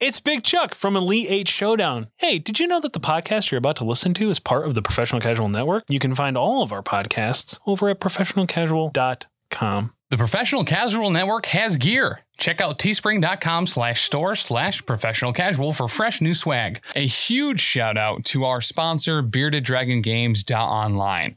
It's Big Chuck from Elite Eight Showdown. Hey, did you know that the podcast you're about to listen to is part of the Professional Casual Network? You can find all of our podcasts over at professionalcasual.com. The Professional Casual Network has gear. Check out teespring.com slash store slash professional casual for fresh new swag. A huge shout out to our sponsor, Bearded Dragon Games Online.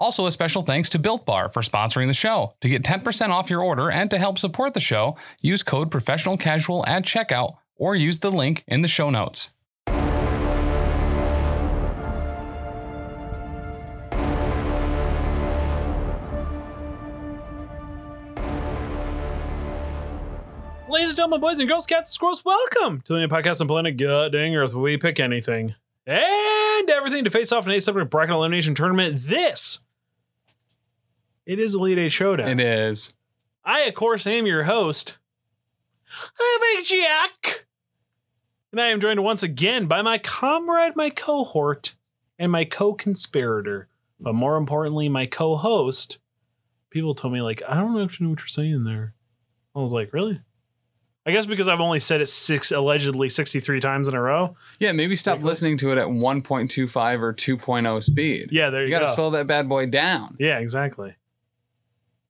Also, a special thanks to Built Bar for sponsoring the show. To get 10% off your order and to help support the show, use code Professional Casual at checkout or use the link in the show notes. Ladies and gentlemen, boys and girls, cats and squirrels, welcome to the new podcast on planet God dang Earth, where we pick anything and everything to face off in a subject bracket elimination tournament. This it is Elite Eight Showdown. It is. I, of course, am your host, Big Jack, and I am joined once again by my comrade, my cohort, and my co-conspirator, but more importantly, my co-host. People told me like, I don't actually know what you're saying there. I was like, really? I guess because I've only said it six allegedly 63 times in a row. Yeah, maybe stop listening to it at 1.25 or 2.0 speed. Yeah, there you, You got to go. slow that bad boy down. yeah, exactly.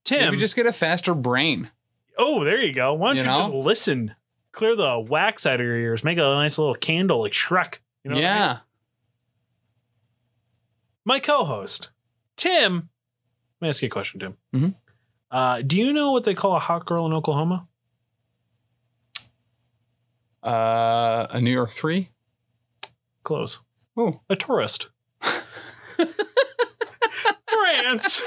Tim, Maybe just get a faster brain. oh, there you go. Why don't you, You just know? listen? Clear the wax out of your ears. Make a nice little candle like Shrek. You know what I mean? yeah. my co-host Tim. Let me ask you a question, Tim. Mhm. Uh, do you know what they call a hot girl in Oklahoma? Uh, a New York 3? Close. Oh. A tourist. France.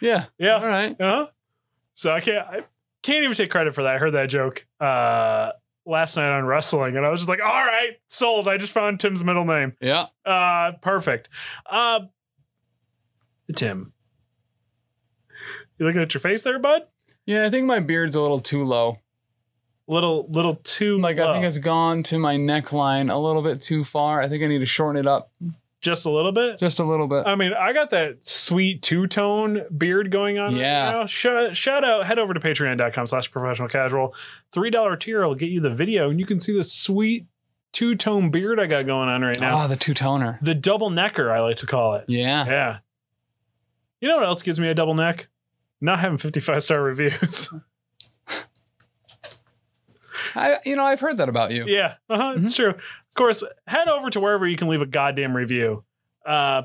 Yeah. Yeah. All right. Uh-huh. So I can't I can't even take credit for that. I heard that joke uh last night on wrestling and I was just like, all right, sold. I just found Tim's middle name. Yeah. Uh perfect. Uh Tim. You looking at your face there, bud? Yeah, I think my beard's a little too low. Little little too Like I low. think it's gone to my neckline a little bit too far. I think I need to shorten it up just a little bit. just a little bit. I mean, I got that sweet two tone beard going on. Yeah. Right now. Shout, shout out, head over to patreon.com slash professional casual. $3 tier will get you the video and you can see the sweet two tone beard I got going on right now. Ah, the two toner. the double necker, I like to call it. Yeah. Yeah. You know what else gives me a double neck? Not having 55 star reviews. I you know, I've heard that about you. Yeah, uh-huh, it's true. Of course, head over to wherever you can leave a goddamn review. Uh,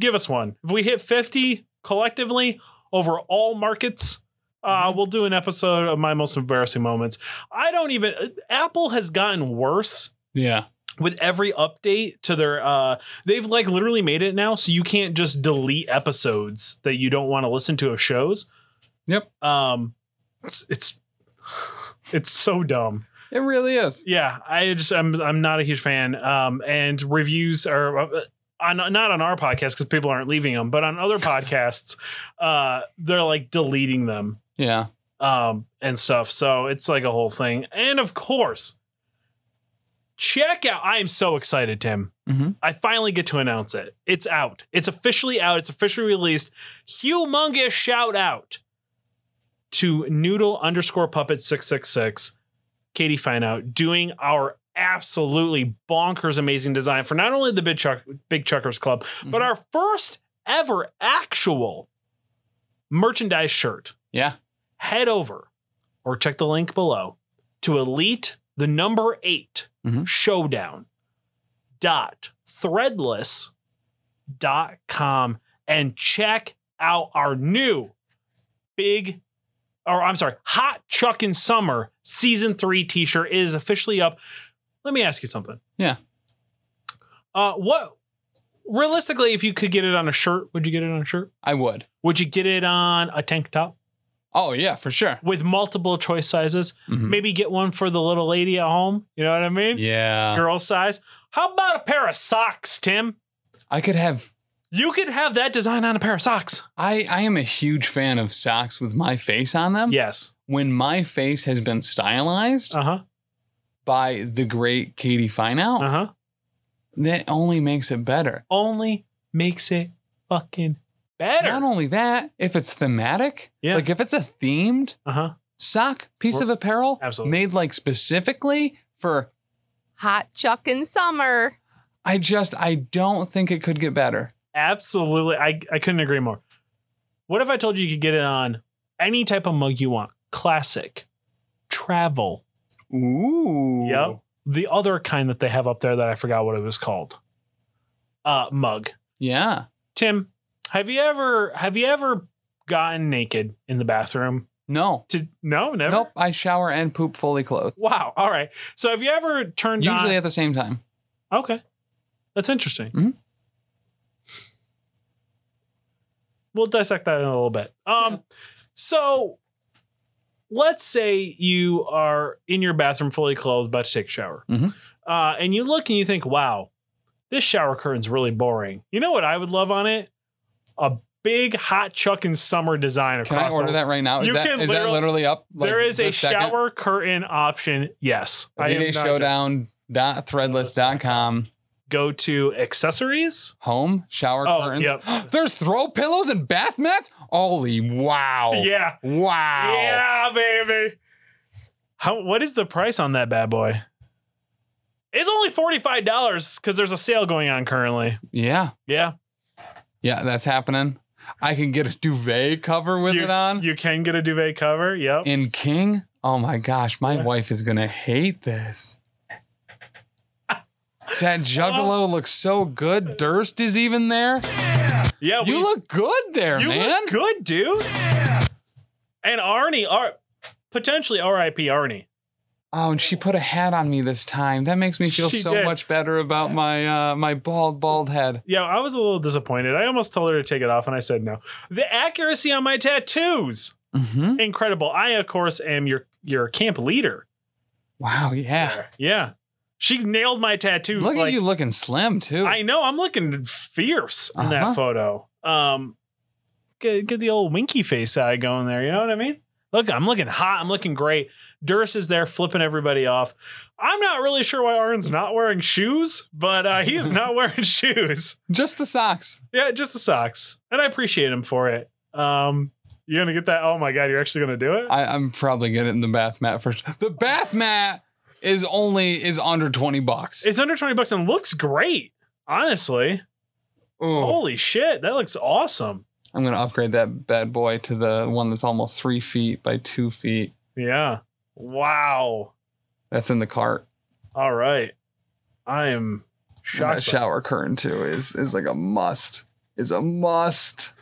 give us one. If we hit 50 collectively over all markets, uh, we'll do an episode of my most embarrassing moments. I don't even. Apple has gotten worse Yeah. with every update to their. Uh, they've like literally made it now, so you can't just delete episodes that you don't want to listen to of shows. Yep. Um, it's it's, it's so dumb It really is. yeah i just i'm i'm not a huge fan um and reviews are uh, on not on our podcast because people aren't leaving them but on other podcasts uh they're like deleting them Yeah. um and stuff so it's like a whole thing and of course check out i am so excited tim Mhm. i finally get to announce it it's out it's officially out it's officially released humongous shout out to noodle underscore puppet 666 katie fineout doing our absolutely bonkers amazing design for not only the big chuck big chuckers club but Mhm. our first ever actual merchandise shirt Yeah. head over or check the link below to elite the number 8 Mhm. showdown dot threadless dot com and check out our new big or I'm sorry, Hot Chuck in Summer season three t-shirt is officially up. Let me ask you something. Yeah. Uh what realistically, if you could get it on a shirt, would you get it on a shirt? I would. Would you get it on a tank top? Oh yeah, for sure. with multiple choice sizes. Mhm. Maybe get one for the little lady at home. You know what I mean? Yeah. Girl size. How about a pair of socks, Tim? I could have. You could have that design on a pair of socks. I I am a huge fan of socks with my face on them. Yes. When my face has been stylized Uh huh. by the great Katie Fineout, Uh huh. that only makes it better. Only makes it fucking better. Not only that, if it's thematic, Yeah. like if it's a themed uh huh. sock piece We're- of apparel Absolutely. made like specifically for Hot Chuck in summer. I just I don't think it could get better. Absolutely. I, I couldn't agree more. What if I told you you could get it on any type of mug you want? Classic, travel, Ooh. Yep. the other kind that they have up there that I forgot what it was called. Uh, mug. Yeah. Tim, have you ever have you ever gotten naked in the bathroom? No. To no, never. Nope. I shower and poop fully clothed. Wow. All right. So have you ever turned Usually on? at the same time. Okay, that's interesting. Mhm. We'll dissect that in a little bit. Um, so let's say you are in your bathroom fully clothed, about to take a shower, Mhm. uh, and you look and you think, "Wow, this shower curtain's really boring." You know what I would love on it? A big hot chuck and summer design Can across. I the- order that right now? Is, You that, can is that literal- literally up? like, there is a this second? shower curtain option. Yes, am Everyday not joking. Showdown dot threadless.com go to accessories. home shower Oh, curtains. yep. There's throw pillows and bath mats. Holy wow. Yeah. Wow. Yeah, baby. How what is the price on that bad boy? It's only $45 because there's a sale going on currently. Yeah. Yeah. Yeah, that's happening. I can get a duvet cover with You- it on. You can get a duvet cover. Yep. in King. Oh my gosh, my Yeah. wife is gonna hate this. That Juggalo looks so good. Durst is even there. Oh. Yeah. You we- look good there, you man. look good, dude. And Arnie, are potentially RIP Arnie. Oh, and she put a hat on me this time. That makes me feel She so did. much better about my uh, my bald bald head. Yeah, I was a little disappointed. I almost told her to take it off and I said no. The accuracy on my tattoos. hmm Incredible. I, of course, am your your camp leader. Wow, yeah. Yeah. She nailed my tattoos. Look like, at you looking slim too. I know. I'm looking fierce in Uh-huh. that photo. Um, get, get the old winky face eye going there. You know what I mean? Look, I'm looking hot. I'm looking great. Durst is there flipping everybody off. I'm not really sure why Arn's not wearing shoes, but uh, he is not wearing shoes. Just the socks. Yeah, just the socks. And I appreciate him for it. Um, you're going to get that. Oh my God, you're actually going to do it? I, I'm probably getting it in the bath mat first. The bath mat is only is under twenty bucks. It's under 20 bucks and looks great. Honestly, Ooh. holy shit, that looks awesome. I'm gonna upgrade that bad boy to the one that's almost three feet by two feet. Yeah. Wow. That's in the cart. All right. I am And that shocked. by- shower curtain too is is like a must. Is a must.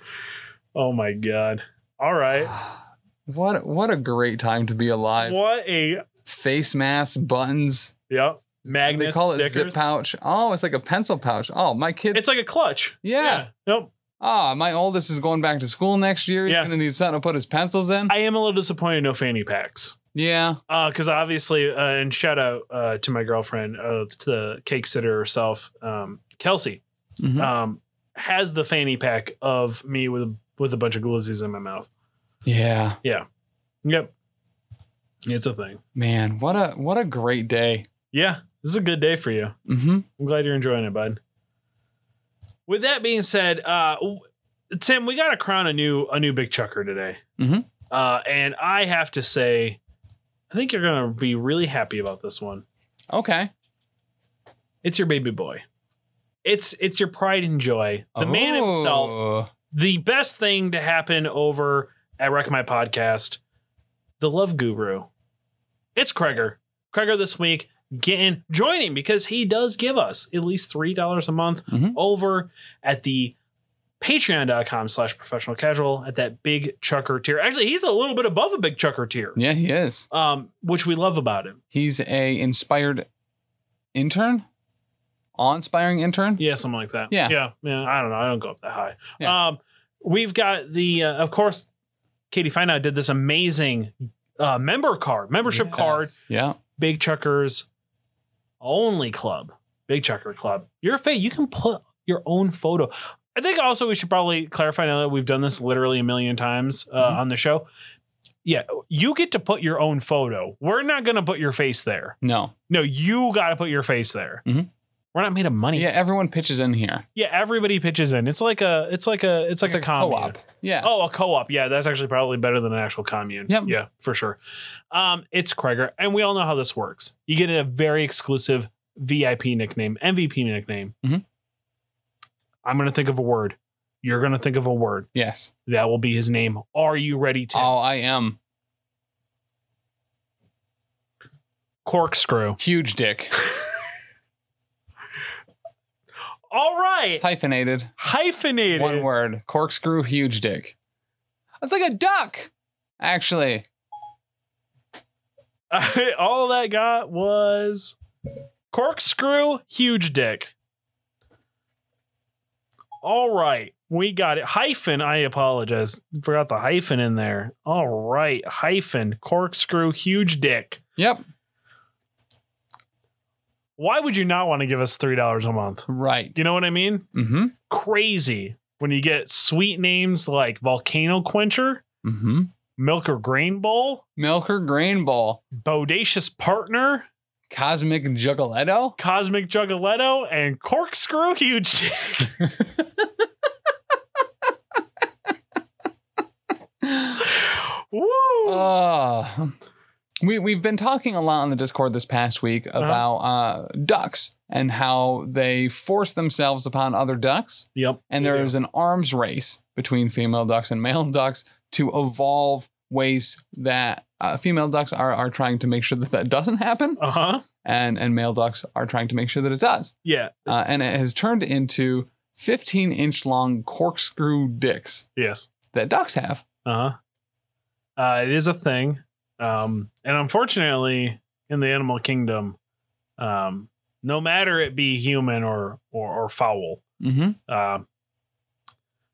oh my god. All right. What what a great time to be alive. What a Face masks, buttons. yep. Magnet they call it stickers. zip pouch. Oh, it's like a pencil pouch. Oh, my kid. It's like a clutch. yeah. Nope. Ah, my oldest is going back to school next year. He's Yeah. gonna need something to put his pencils in. I am a little disappointed no fanny packs. yeah. Uh, because obviously, uh, and shout out uh, to my girlfriend, uh, to the cake sitter herself, um, Kelsey, Mhm. um, has the fanny pack of me with with a bunch of glizzies in my mouth. yeah. Yep, it's a thing. Man, what a what a great day. Yeah, this is a good day for you. Mm-hmm. I'm glad you're enjoying it, bud. With that being said, uh, w- Tim, we got to crown a new a new big chucker today, Mhm. uh, and I have to say, I think you're gonna be really happy about this one. Okay. It's your baby boy. It's it's your pride and joy. The man himself, Oh. the best thing to happen over at Wreck My Podcast, the Love Guru. It's Kreger. Kreger this week getting joining because he does give us at least three dollars a month Mhm. over at the patreon.com slash professional casual at that big chucker tier. Actually, he's a little bit above a big chucker tier. Yeah, he is. Um, which we love about him. He's a inspired intern, awe-inspiring intern. Yeah, something like that. Yeah. yeah, yeah. I don't know. I don't go up that high. Yeah. Um, we've got the, uh, of course, Katie Fineout did this amazing uh, member card, membership Yes. card, Yeah, Big Chuckers only club, Big Chucker Club. Your fate. You can put your own photo. I think also we should probably clarify now that we've done this literally a million times uh, Mhm. on the show. Yeah, you get to put your own photo. We're not going to put your face there. No. No, you got to put your face there. Mhm. We're not made of money. Yeah, everyone pitches in here. Yeah, everybody pitches in. It's like a it's like a it's like a, commune. co-op. Yeah. Oh, a co-op. Yeah, that's actually probably better than an actual commune. Yep. Yeah, for sure. Um, it's Kreger, and we all know how this works. You get a very exclusive VIP nickname, MVP nickname. Mhm. I'm gonna think of a word. You're gonna think of a word. Yes. That will be his name. Are you ready, Tim? Oh, I am Corkscrew. huge dick. All right. It's hyphenated. Hyphenated. One word. Corkscrew huge dick. It's like a duck. Actually, all that got was corkscrew, huge dick. All right, we got it. Hyphen, I apologize. Forgot the hyphen in there. All right, hyphen, corkscrew, huge dick. yep. Why would you not want to give us $3 a month? Right. Do you know what I mean? Mm-hmm. Crazy when you get sweet names like Volcano Quencher, Mm-hmm. Milker Grain Bowl, Milker Grain Bowl. Bodacious Partner, Cosmic Juggaleto. Cosmic Juggaleto, and Corkscrew Huge Dick. Woo! Uh, we we've been talking a lot on the Discord this past week about uh, ducks and how they force themselves upon other ducks, yep. and They there do. is an arms race between female ducks and male ducks to evolve ways that uh, female ducks are are trying to make sure that that doesn't happen, Uh huh. and and male ducks are trying to make sure that it does, Yeah. uh, and it has turned into 15 inch long corkscrew dicks Yes. that ducks have. Uh huh. Uh, it is a thing, um, and unfortunately, in the animal kingdom, um, no matter it be human or or, or fowl, Mm-hmm. uh,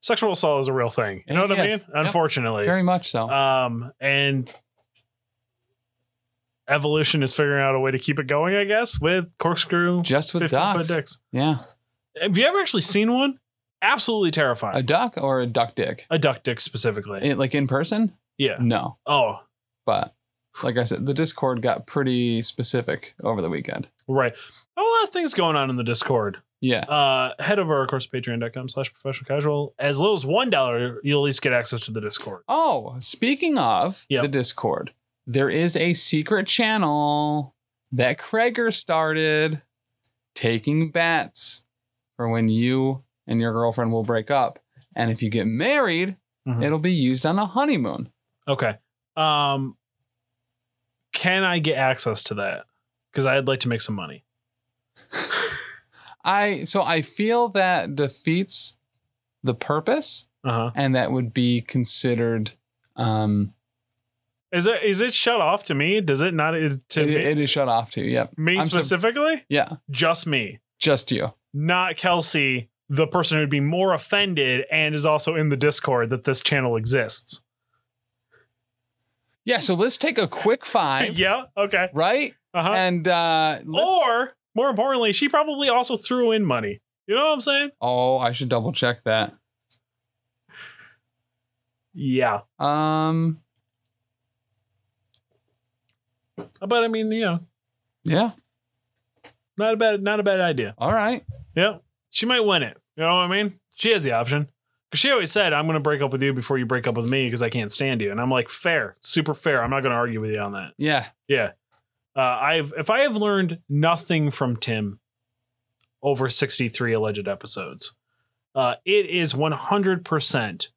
sexual assault is a real thing. You know what I mean? Eh, Yes. Yep. Unfortunately, Very much so. um, and evolution is figuring out a way to keep it going. I guess with corkscrew Just with 15-foot ducks. dicks. Yeah. Have you ever actually seen one? Absolutely terrifying. A duck or a duck dick? a duck dick specifically. It, like in person? yeah. No. Oh, But like I said, the Discord got pretty specific over the weekend. right. A lot of things going on in the Discord. Yeah. Uh, head over, of course, patreon.com slash professional casual. As little as $1, you'll at least get access to the Discord. Oh, speaking of Yep. the Discord, there is a secret channel that Kreger started taking bets for when you and your girlfriend will break up. And if you get married, Mhm. it'll be used on a honeymoon. Okay. Um, can I get access to that? Because I'd like to make some money. I so I feel that defeats the purpose Uh huh. and that would be considered um Is it is it shut off to me? Does it not it- to it, me, it is shut off to you yep me I'm so- specifically? yeah Just me, just you not Kelsey, the person who'd be more offended and is also in the Discord that this channel exists. yeah so let's take a quick five yeah. Okay. right Uh huh. and uh let's- Or more importantly, she probably also threw in money. You know what I'm saying? oh i should double check that Yeah. um But I mean, you know, yeah not a bad, not a bad idea. all right Yeah. She might win it. You know what I mean? She has the option. Cause she always said, "I'm going to break up with you before you break up with me because I can't stand you." And I'm like, "Fair, super fair. I'm not going to argue with you on that." yeah Yeah. Uh, I've if I have learned nothing from Tim over 63 alleged episodes, uh, it is 100%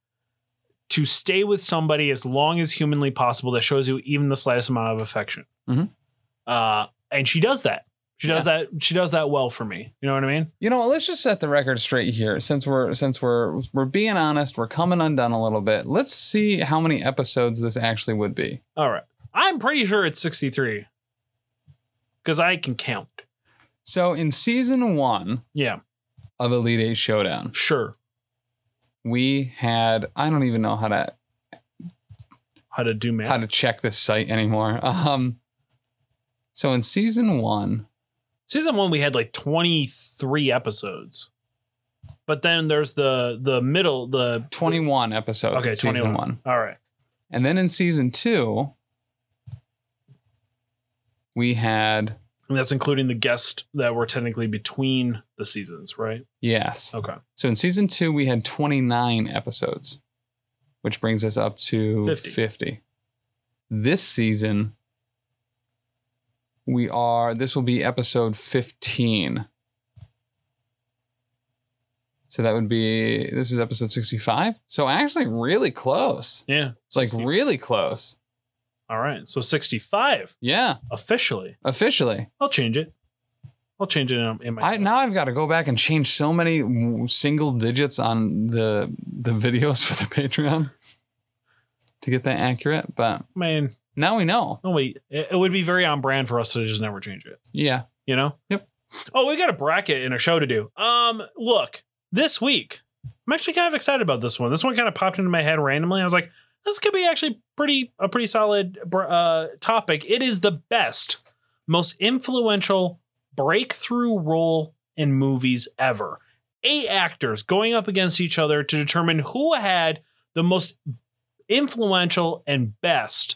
to stay with somebody as long as humanly possible that shows you even the slightest amount of affection. Mhm. Uh, and she does that. She does that. She does that well for me. You know what I mean? you know what, let's just set the record straight here since we're since we're we're being honest we're coming undone a little bit let's see how many episodes this actually would be All right. I'm pretty sure it's 63 because I can count. so in season one Yeah, of elite eight showdown sure. we had i don't even know how to How to do math? how to check this site anymore. Um, so in season one, Season one, we had like 23 episodes. But then there's the the middle the 21 episodes. okay in season twenty one. one. All right. And then in season two, we had, And that's including the guests that were technically between the seasons, right? yes. Okay. So in season two, we had 29 episodes, which brings us up to 50. 50. This season, we are, this will be episode 15. So that would be, this is episode 65. So actually, really close. Yeah. It's like 60. really close. All right. So 65 Yeah, officially. officially. I'll change it. I'll change it in, in my I now I've got to go back and change so many w- single digits on the the videos for the Patreon to get that accurate. But man. now we know. No wait. It, it would be very on brand for us to just never change it. Yeah. You know? Yep. Oh, we got a bracket and a show to do. Um, look, this week, I'm actually kind of excited about this one. This one kind of popped into my head randomly. I was like, this could be actually pretty a pretty solid br- uh, topic. It is the best, most influential breakthrough role in movies ever. Eight actors going up against each other to determine who had the most influential and best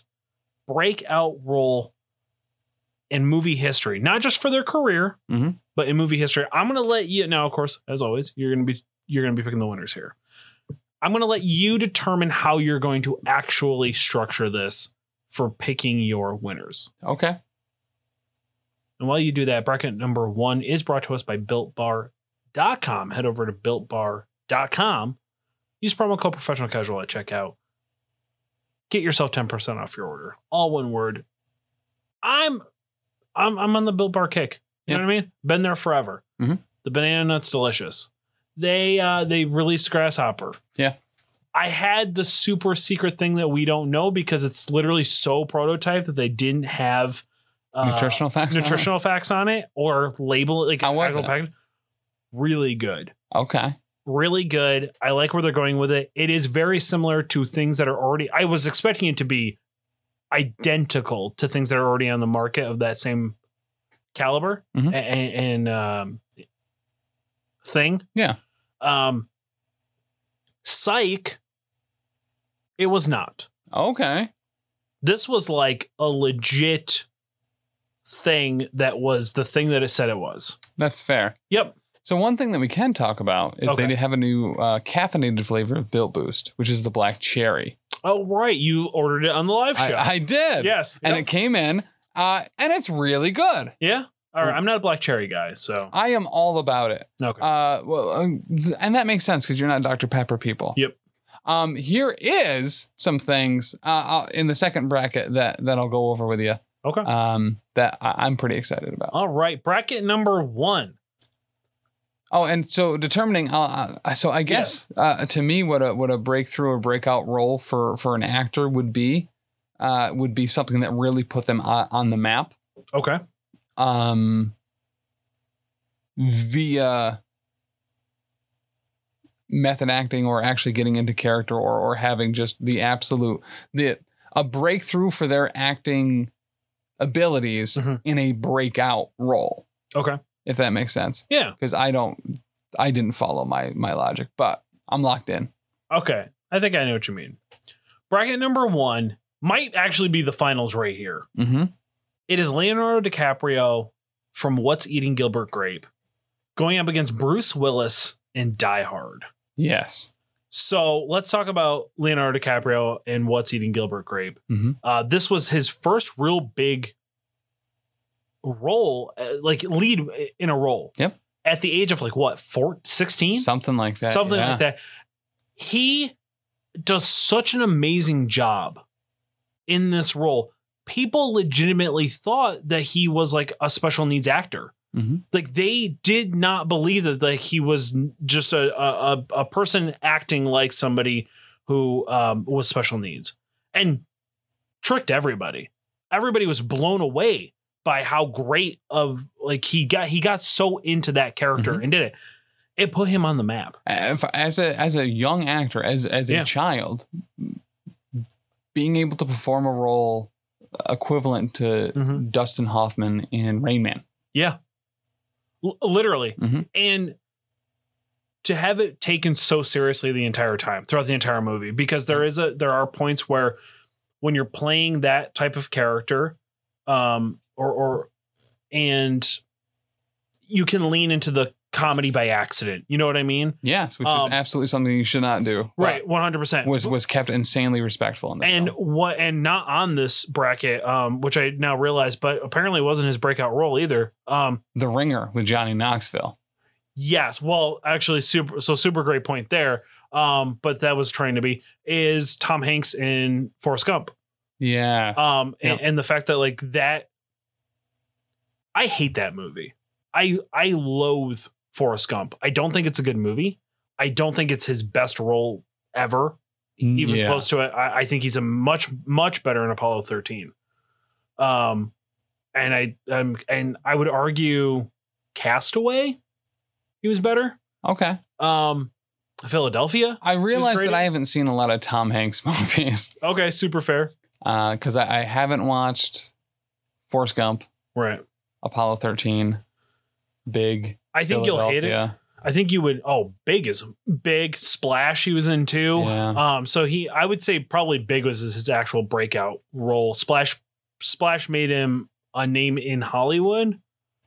breakout role in movie history, not just for their career, Mhm. but in movie history. I'm gonna let you now, of course, as always, you're gonna be you're gonna be picking the winners here. I'm gonna let you determine how you're going to actually structure this for picking your winners. Okay. And while you do that, bracket number one is brought to us by BuiltBar.com. Head over to BuiltBar.com. Use promo code Professional Casual at checkout. Get yourself 10% off your order. All one word. I'm I'm I'm on the Built Bar kick. You know what I mean? Been there forever. Mhm. The banana nut's delicious. They uh they released Grasshopper. Yeah. I had the super secret thing that we don't know because it's literally so prototype that they didn't have uh, nutritional facts. on it? nutritional facts on it or label it like How was actual it? package. Really good. Okay. Really good. I like where they're going with it. It is very similar to things that are already I was expecting it to be identical to things that are already on the market of that same caliber Mhm. a- a- and, um thing. Yeah. Um psych it was not Okay. this was like a legit thing that was the thing that it said it was. That's fair. Yep. So one thing that we can talk about is Okay. they have a new uh, caffeinated flavor of Built Boost, which is the black cherry. Oh right, you ordered it on the live show. I, I did. yes. And Yep. it came in, uh, and it's really good. yeah. All Mm. right. I'm not a black cherry guy, so I am all about it. okay. Uh, well, um, th- and that makes sense because you're not Dr. Pepper people. Yep. Um, here is some things uh, I'll, in the second bracket that that I'll go over with you. Okay. Um, that I, I'm pretty excited about. All right. Bracket number one. Oh, and so determining. Uh, uh, so I guess uh, to me, what a what a breakthrough or breakout role for for an actor would be, uh, would be something that really put them on, on the map. Okay. um via method acting or actually getting into character or or having just the absolute the a breakthrough for their acting abilities Mhm. in a breakout role Okay. if that makes sense Yeah. because i don't i didn't follow my my logic but i'm locked in Okay. I think I know what you mean. Bracket number one might actually be the finals right here. mm-hmm. It is Leonardo DiCaprio from What's Eating Gilbert Grape going up against Bruce Willis in Die Hard. yes So let's talk about Leonardo DiCaprio and What's Eating Gilbert Grape. Mhm. Uh, this was his first real big role, uh, like lead in a role. Yep. At the age of like what, four, 16? something like that Something yeah. like that. He does such an amazing job in this role. People legitimately thought that he was like a special needs actor Mhm. like they did not believe that like he was n- just a a, a, a person acting like somebody who um, was special needs and tricked everybody everybody was blown away by how great of like he got he got so into that character and did it it put him on the map if- Uh, as a as a young actor, as as a Yeah. child, being able to perform a role equivalent to Mhm. Dustin Hoffman in Rain Man. L- literally Mhm. and to have it taken so seriously the entire time throughout the entire movie because there is a there are points where when you're playing that type of character um or or and you can lean into the comedy by accident you know what i mean Yes, which Um, is absolutely something you should not do. right 100% But Was was kept insanely respectful in this. and film. what and not on this bracket um which i now realize but apparently wasn't his breakout role either um The Ringer with Johnny Knoxville. yes well actually super so super great point there um but that was trying to be is tom hanks in forrest gump Yeah. um Yeah. and, and the fact that like that i hate that movie i i loathe forrest gump i don't think it's a good movie i don't think it's his best role ever even Mm, Yeah. close to it I, I think he's a much much better in apollo 13 um and i um and i would argue castaway he was better Okay. um philadelphia I realize great that at- I haven't seen a lot of Tom Hanks movies okay super fair because I, I haven't watched Forrest Gump, right Apollo 13, Big. i think you'll hate it Philadelphia. I think you would. Oh, big is big splash. He was in too. Yeah. Um, so he, I would say probably big was his actual breakout role. Splash, splash made him a name in Hollywood,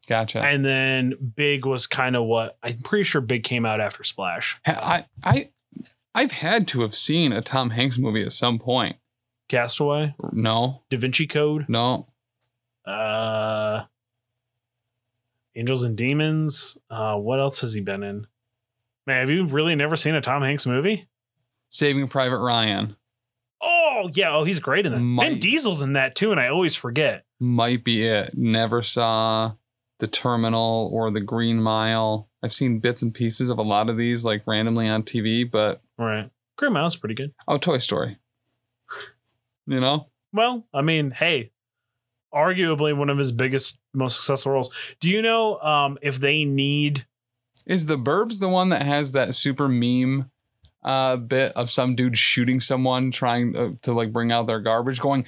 Gotcha. and then big was kind of what I'm pretty sure big came out after splash. Ha- I I I've had to have seen a Tom Hanks movie at some point. Castaway, No, Da Vinci Code, no. uh, Angels and Demons. Uh, what else has he been in? Man, have you really never seen a Tom Hanks movie? Saving Private Ryan Oh yeah, oh he's great in that. Vin Might. Diesel's in that too, and I always forget. might be it. Never saw The Terminal or The Green Mile. I've seen bits and pieces of a lot of these like randomly on TV, but Right, Green Mile's pretty good. oh, Toy Story. You know? Well, I mean, hey, arguably one of his biggest, most successful roles. Do you know um, if they need? Is The Burbs the one that has that super meme uh, bit of some dude shooting someone trying uh, to like bring out their garbage going,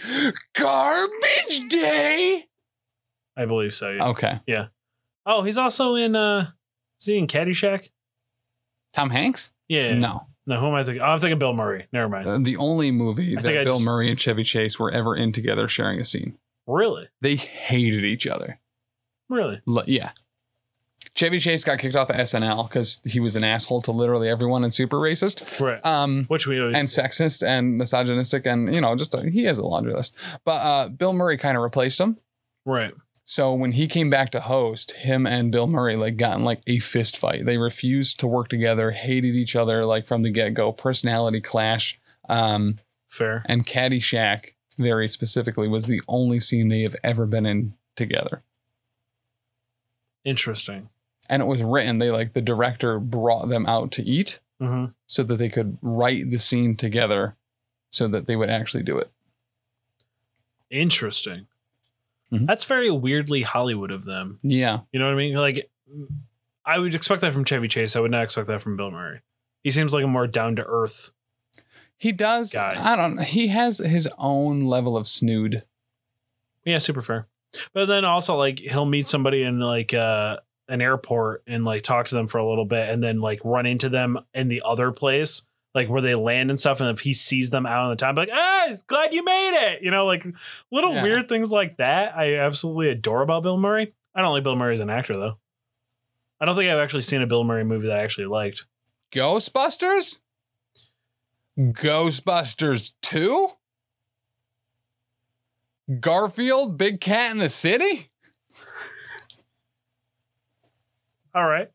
Garbage Day? I believe so. yeah. Okay. Oh, he's also in. uh Is he in Caddyshack? Tom Hanks? Yeah. No. No, who am I thinking? Oh, I'm thinking Bill Murray. Never mind. Uh, the only movie I think that I Bill just- Murray and Chevy Chase were ever in together sharing a scene. really, They hated each other. really. L- yeah. Chevy Chase got kicked off of SNL because he was an asshole to literally everyone and super racist. Right. Um, Which we always and sexist and misogynistic and you know just a, he has a laundry list but uh bill murray kind of replaced him right. so when he came back to host him and bill murray like got in like a fist fight they refused to work together hated each other like from the get-go personality clash um Fair. and caddyshack very specifically was the only scene they have ever been in together Interesting. and it was written they like the director brought them out to eat hmm so that they could write the scene together so that they would actually do it Interesting. Mhm. That's very weirdly Hollywood of them. yeah You know what I mean? Like, I would expect that from Chevy Chase. I would not expect that from Bill Murray. He seems like a more down to earth. He does. guy. I don't. He has his own level of snood. Yeah, super fair. But then also like he'll meet somebody in like uh an airport and like talk to them for a little bit and then like run into them in the other place, like where they land and stuff. And if he sees them out on the top, like, ah, glad you made it. You know, like little Yeah. weird things like that. I absolutely adore about Bill Murray. I don't like Bill Murray as an actor though. I don't think I've actually seen a Bill Murray movie that I actually liked. Ghostbusters. Ghostbusters two. Garfield, Big Cat in the City. All right.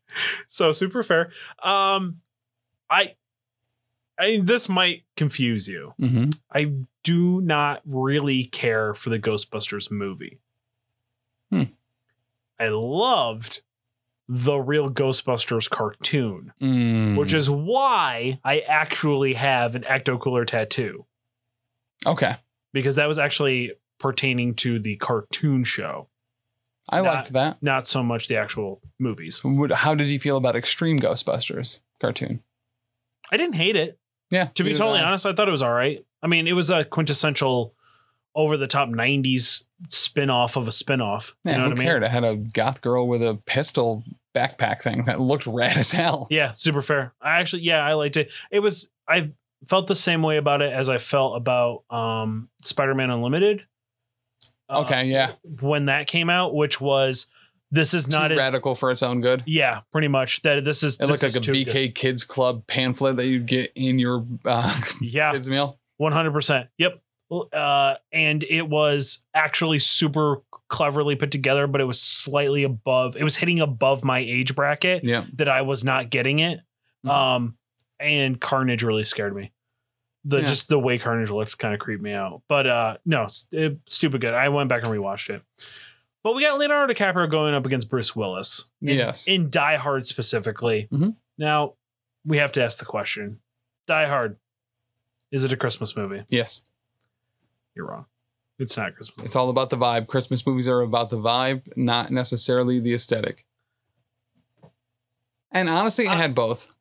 So super fair. Um I I this might confuse you. Mm-hmm. I do not really care for the Ghostbusters movie. Hmm. I loved the real Ghostbusters cartoon, Mm. Hmm. which is why I actually have an Ecto Cooler tattoo okay. because that was actually pertaining to the cartoon show, I Not- liked that. not so much the actual movies. Would, how did you feel about Extreme Ghostbusters cartoon? I didn't hate it. Yeah. To be neither totally did I. honest, I thought it was all right. I mean, it was a quintessential over the top 90s spin off of a spin off. Yeah, you know who what I mean? cared? I had a goth girl with a pistol backpack thing that looked rad as hell. Yeah, super fair. I actually, yeah, I liked it. It was I felt the same way about it as I felt about um Spider-Man Unlimited. uh, Okay, yeah. when that came out, which was this is not Too as- radical for its own good. Yeah, pretty much. That this is It this looked like is a too BK Kids Club pamphlet that you'd get in your uh, good. Yeah, kids meal. one hundred percent. Yep. Uh, and it was actually super cleverly put together, but it was slightly above. It was hitting above my age bracket Yeah. that I was not getting it. Mhm. Um, and Carnage really scared me. The Yeah. just the way Carnage looked kind of creeped me out. But uh, no, s- it, stupid good. I went back and rewatched it. But we got Leonardo DiCaprio going up against Bruce Willis. in- Yes. in Die Hard specifically. Mhm. Now we have to ask the question: Die Hard is it a Christmas movie? Yes. You're wrong. It's not a Christmas. movie. It's all about the vibe. Christmas movies are about the vibe, not necessarily the aesthetic. And honestly, it Uh, had both.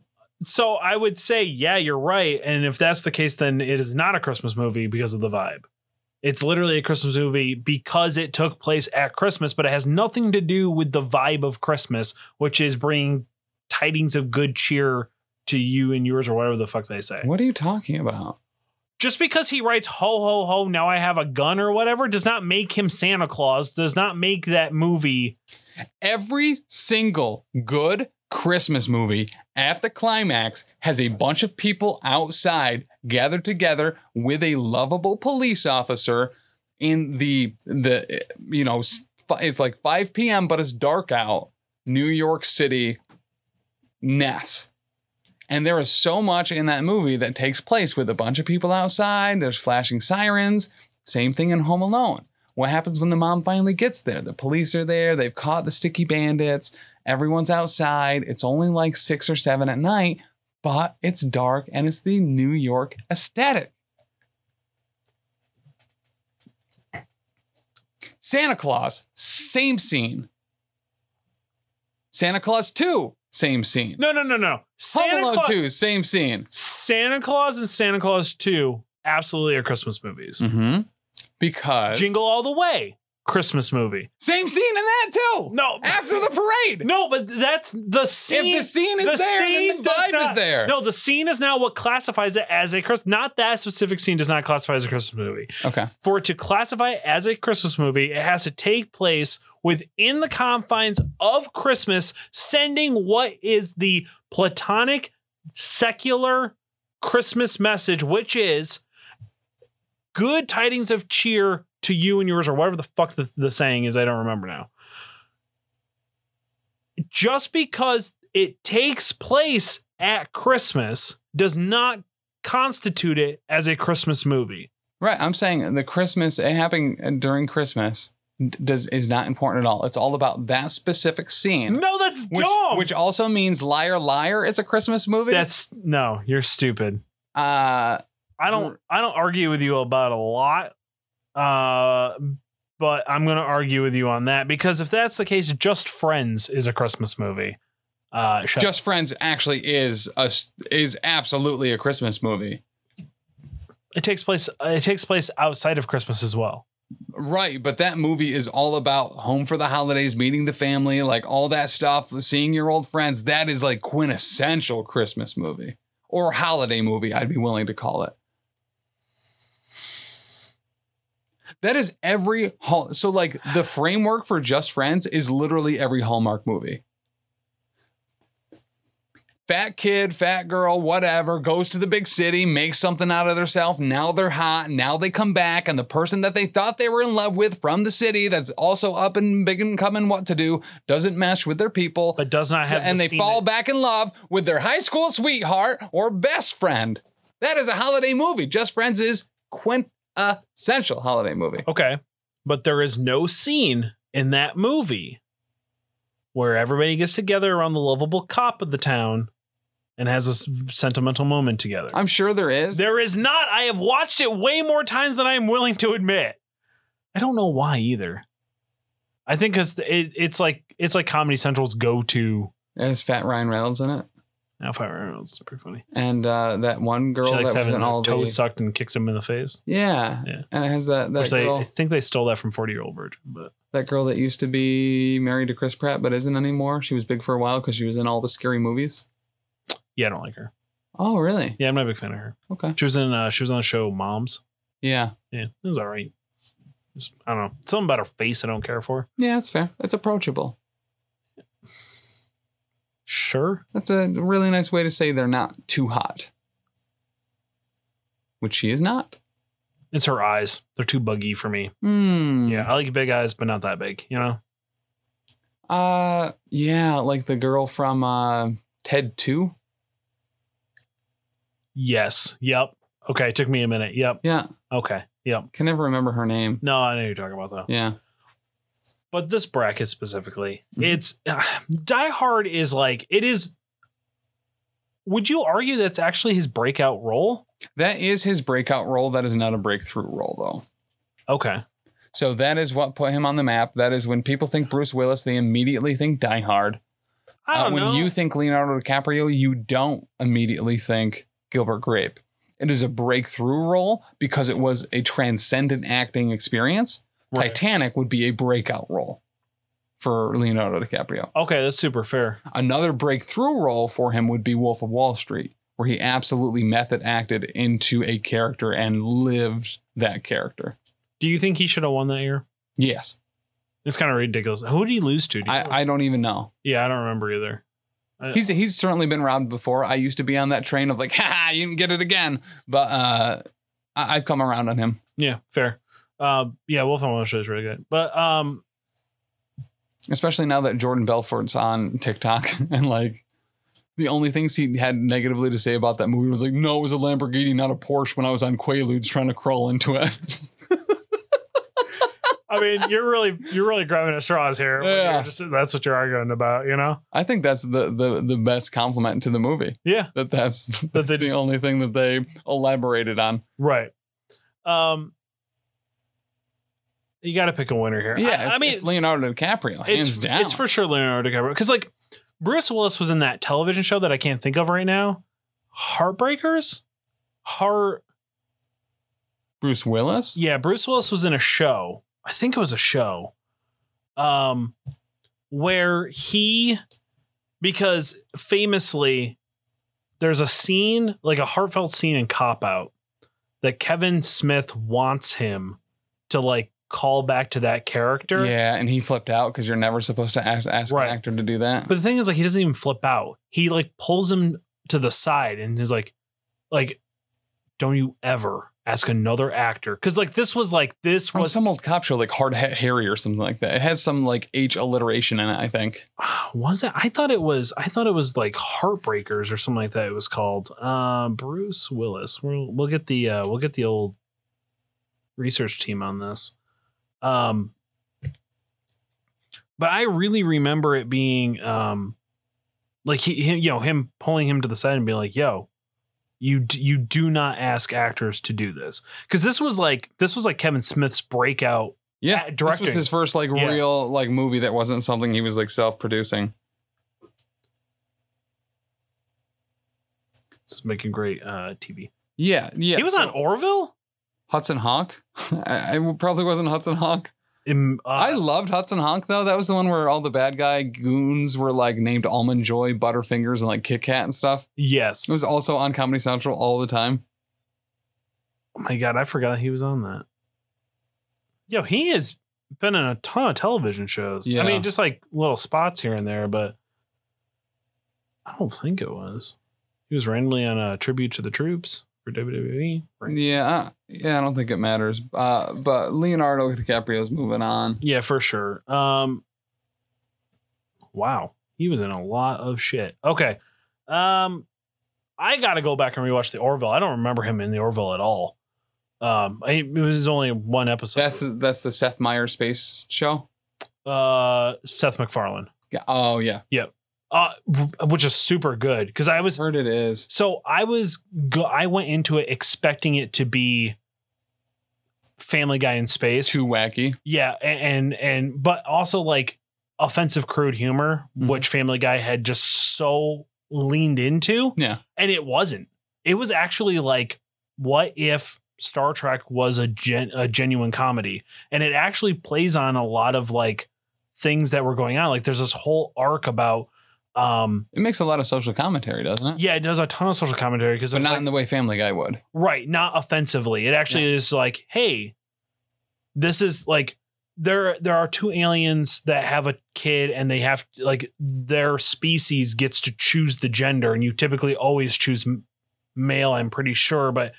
So I would say, yeah, you're right. And if that's the case, then it is not a Christmas movie because of the vibe. It's literally a Christmas movie because it took place at Christmas, but it has nothing to do with the vibe of Christmas, which is bringing tidings of good cheer to you and yours or whatever the fuck they say. What are you talking about? just because he writes ho ho ho now i have a gun or whatever does not make him santa claus does not make that movie Every single good Christmas movie at the climax has a bunch of people outside gathered together with a lovable police officer in the the you know s- fi- it's like 5 p.m. but it's dark out New York City mess. And there is so much in that movie that takes place with a bunch of people outside. There's flashing sirens. Same thing in Home Alone. What happens when the mom finally gets there? The police are there. They've caught the sticky bandits. Everyone's outside. It's only like six or seven at night, but it's dark and it's the New York aesthetic. Santa Claus, same scene. Santa Claus 2, same scene. no no no no Home santa Alone claus 2, same scene. santa claus and santa claus 2 absolutely are christmas movies Mm-hmm. Because. jingle all the way christmas movie Same scene in that too. no After the parade. no but that's the scene if the scene is there, then the does vibe not- is there. No, the scene is now what classifies it as a Christmas. Not that specific scene does not classify as a Christmas movie. Okay. for it to classify as a Christmas movie, it has to take place within the confines of Christmas, sending what is the platonic secular Christmas message, which is good tidings of cheer to you and yours, or whatever the fuck the, the saying is. I don't remember now. Just because it takes place at Christmas does not constitute it as a Christmas movie. Right. I'm saying the Christmas, it happening during Christmas d- does is not important at all. It's all about that specific scene. No, that's Which, dumb. which also means Liar Liar is a Christmas movie. that's no, you're stupid. uh I don't I don't argue with you about a lot. Uh but I'm gonna argue with you on that because if that's the case, just Friends is a Christmas movie. Uh shut Just Friends actually is a s- is absolutely a Christmas movie. it takes place it takes place outside of Christmas as well. Right, but that movie is all about home for the holidays, meeting the family, like all that stuff, seeing your old friends. That is like quintessential Christmas movie or holiday movie, I'd be willing to call it. That is every hall. So, like, the framework for Just Friends is literally every Hallmark movie. Fat kid, fat girl, whatever, goes to the big city, makes something out of themselves. Now they're hot. Now they come back, and the person that they thought they were in love with from the city, that's also up and big and coming, what to do, doesn't mesh with their people. But does not have and the they scene fall that- back in love with their high school sweetheart or best friend. That is a holiday movie. Just Friends is quintessential holiday movie. Okay. But there is no scene in that movie where everybody gets together around the lovable cop of the town and has a s- sentimental moment together. I'm sure there is. There is not. I have watched it way more times than I am willing to admit. I don't know why either. I think because it, it's like it's like Comedy Central's go to. Is Fat Ryan Reynolds in it? Now five rounds is pretty funny. And uh, that one girl she likes that was having in her all toes the sucked and kicked him in the face. yeah. Yeah. and it has that that which they, girl I think they stole that from 40 year old virgin, but that girl that used to be married to Chris Pratt but isn't anymore. She was big for a while because she was in all the scary movies. yeah, I don't like her. Oh really? Yeah, I'm not a big fan of her. Okay. She was in uh, she was on the show Moms. Yeah, Yeah, it was all right. Just, I don't know. Something about her face I don't care for. yeah, that's fair. That's approachable. Sure. That's a really nice way to say they're not too hot, which she is not. It's her eyes. They're too buggy for me. Hmm. Yeah, I like big eyes, but not that big, you know? Uh, yeah, like the girl from uh, Ted Two. Yes. Yep. Okay. It took me a minute. Yep. Yeah, Okay. Yep. can never remember her name. No, I know who you're talking about, though. Yeah, But this bracket specifically, Mhm. it's Die Hard is like, it is. Would you argue that's actually his breakout role? that is his breakout role. That is not a breakthrough role though. Okay. So that is what put him on the map. That is when people think Bruce Willis, they immediately think Die Hard. I Uh, don't when know. you think Leonardo DiCaprio, you don't immediately think Gilbert Grape. It is a breakthrough role because it was a transcendent acting experience. Right. Titanic would be a breakout role for Leonardo DiCaprio. Okay. That's super fair. Another breakthrough role for him would be Wolf of Wall Street, where he absolutely method acted into a character and lived that character. Do you think he should have won that year? Yes, It's kind of ridiculous. Who did he lose to? Do you know? I, I don't even know. yeah, I don't remember either. I- He's he's certainly been robbed before. I used to be on that train of like, ha, ha, you didn't get it again. But uh, I, I've come around on him. Yeah, fair. Uh, yeah, Wolf on Wall Street is really good. But um, Especially now that Jordan Belfort's on TikTok and like the only things he had negatively to say about that movie was like, no, it was a Lamborghini, not a Porsche when I was on Quaaludes trying to crawl into it. I mean, you're really you're really grabbing at straws here. when Yeah. you're just- that's what you're arguing about, you know? I think that's the the the best compliment to the movie. Yeah, That that's That they the just- only thing that they elaborated on. right. Um, you got to pick a winner here. Yeah, I- it's, I, mean, it's Leonardo DiCaprio, hands it's, down. it's for sure Leonardo DiCaprio because like Bruce Willis was in that television show that I can't think of right now, Heartbreakers. Heart. Bruce Willis. Yeah, Bruce Willis was in a show. I think it was a show. Um where he because famously there's a scene, like a heartfelt scene in Cop Out that Kevin Smith wants him to like call back to that character. Yeah, and he flipped out because you're never supposed to ask, ask Right. an actor to do that. But the thing is like he doesn't even flip out. He like pulls him to the side and is like like don't you ever ask another actor cuz like this was like this on was some old cop show like Hard Hat Harry or something like that. It had some like H alliteration in it, I think. was it? I thought it was. I thought it was like Heartbreakers or something like that. It was called uh, Bruce Willis. We'll we'll get the uh, we'll get the old research team on this. Um, but I really remember it being um, like he, him, you know, him pulling him to the side and being like, "Yo, you d- you do not ask actors to do this because this was like this was like Kevin Smith's breakout." Yeah, Uh, This was directing. his first like Yeah. real like movie that wasn't something he was like self producing. It's making great uh, TV. Yeah, yeah. he was so on Orville. Hudson Hawk. I, I probably wasn't Hudson Hawk. In, uh, I loved Hudson Hawk though. That was the one where all the bad guy goons were like named Almond Joy, Butterfingers, and like Kit Kat and stuff. Yes. It was also on Comedy Central all the time. Oh my god, I forgot he was on that. Yo, he has been in a ton of television shows. Yeah. I mean, just like little spots here and there, but I don't think it was. He was randomly on a tribute to the troops for E. WWE. Right. Yeah, I, yeah. I don't think it matters. Uh, but Leonardo DiCaprio's moving on. Yeah, for sure. Um Wow. He was in a lot of shit. Okay. Um I gotta go back and rewatch the Orville. I don't remember him in the Orville at all. Um I, it was only one episode. That's that's the Seth Meyers space show. uh Seth MacFarlane. Yeah. Oh yeah, uh, which is super good because I was heard it is. so I was go- I went into it expecting it to be Family Guy in space. Too wacky. Yeah, a- and, and and but also like offensive crude humor, Mhm. which Family Guy had just so leaned into. Yeah. And it wasn't. It was actually like, what if Star Trek was a gen a genuine comedy? And it actually plays on a lot of like things that were going on. Like there's this whole arc about um It makes a lot of social commentary, doesn't it? yeah, it does a ton of social commentary because But not in the way Family Guy would. Right, not offensively. It actually is like, hey, this is like there there are two aliens that have a kid and they have like their species gets to choose the gender and you typically always choose m- male, I'm pretty sure, but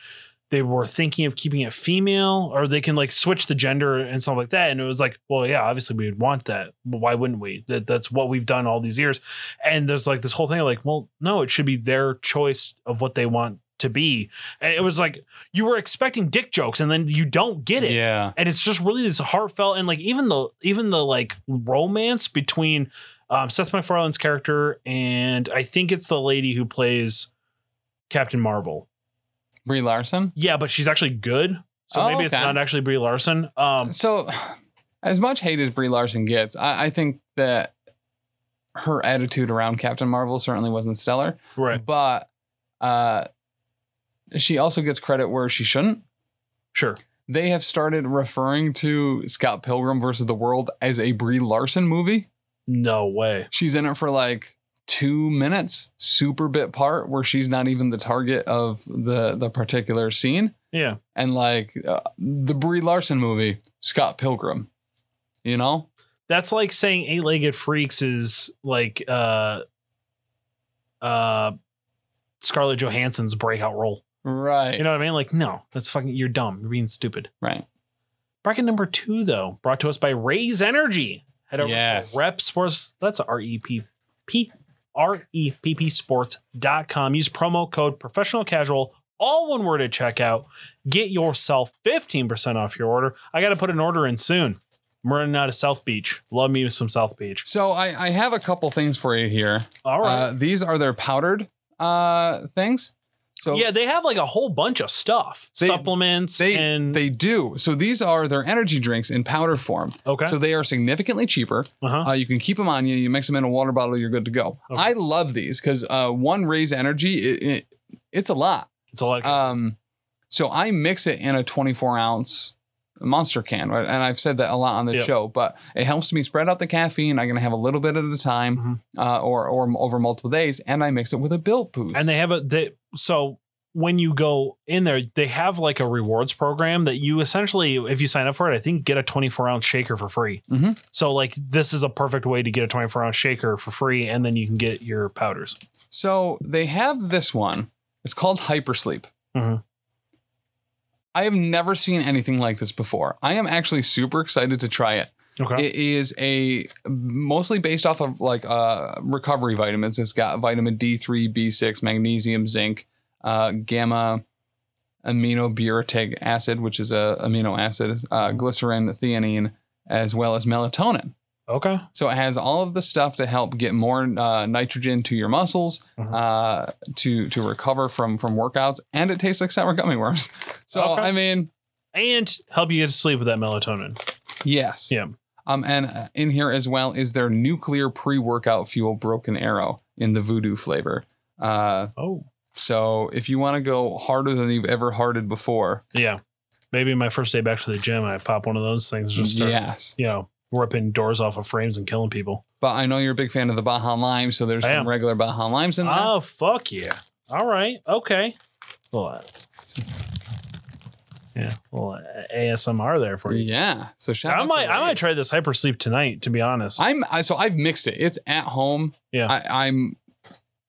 they were thinking of keeping it female or they can like switch the gender and stuff like that and it was like well yeah obviously we would want that why wouldn't we that, that's what we've done all these years and there's like this whole thing like well no it should be their choice of what they want to be and it was like you were expecting dick jokes and then you don't get it Yeah. and it's just really this heartfelt and like even the even the like romance between um, Seth MacFarlane's character and I think it's the lady who plays Captain Marvel. Brie Larson. Yeah, but she's actually good. So Oh, maybe it's okay. not actually Brie Larson. Um, So, as much hate as Brie Larson gets, I, I think that her attitude around Captain Marvel certainly wasn't stellar. right. But uh, she also gets credit where she shouldn't. Sure. They have started referring to Scott Pilgrim versus the World as a Brie Larson movie. No way. She's in it for like two minutes, super bit part where she's not even the target of the the particular scene. Yeah. And like uh, the Brie Larson movie, Scott Pilgrim. You know, That's like saying eight legged freaks is like uh uh Scarlett Johansson's breakout role. right? You know what I mean? Like, no, that's fucking you're dumb. You're being stupid. right. Bracket number two, though, brought to us by Raise Energy. Head over Yes. to Rep Sports. That's R E P P R E P P Sports.com. Use promo code professional casual, all one word at checkout. Get yourself 15% off your order. I got to put an order in soon. I'm running out of South Beach. Love me some South Beach. So I, I have a couple things for you here. All right. Uh, these are their powdered uh, things. So yeah, they have like a whole bunch of stuff They- supplements they and. they do. So these are their energy drinks in powder form. okay. So they are significantly cheaper. uh-huh. Uh, you can keep them on you. You mix them in a water bottle. You're good to go. Okay. I love these because uh, one raise energy. It, it, it's a lot. It's a lot. Of, Um, so I mix it in a 24 ounce monster can, right? And I've said that a lot on this Yep. show, but it helps me spread out the caffeine. I can have a little bit at a time, Mhm. uh, or or m- over multiple days, and I mix it with a Built Boost. and they have a they so when you go in there they have like a rewards program that you essentially if you sign up for it i think get a 24 ounce shaker for free Mhm. so like this is a perfect way to get a 24 ounce shaker for free and then you can get your powders so they have this one. It's called Hypersleep. Mhm. I have never seen anything like this before. I am actually super excited to try it. okay It is a mostly based off of like uh, recovery vitamins. It's got vitamin D3, B6, magnesium, zinc, uh, gamma aminobutyric acid, which is a amino acid, uh, glycerin, theanine, as well as melatonin. okay So it has all of the stuff to help get more uh, nitrogen to your muscles, Mhm. uh, to to recover from from workouts, and it tastes like sour gummy worms. So Okay. I mean, and help you get to sleep with that melatonin Yes. Yeah. Um, and uh, in here as well is their nuclear pre-workout fuel Broken Arrow in the Voodoo flavor. Uh, oh so if you want to go harder than you've ever hearted before, yeah maybe my first day back to the gym i pop one of those things and just start yes. you know ripping doors off of frames and killing people But I know you're a big fan of the Baja Lime, so there's I some am. regular Baja Limes in there. oh fuck yeah all right okay well, uh, yeah well uh, asmr there for you yeah. So shout out I to might I Ray. might try this hypersleep tonight, to be honest. I'm I, so I've mixed it. It's at home. Yeah. I, I'm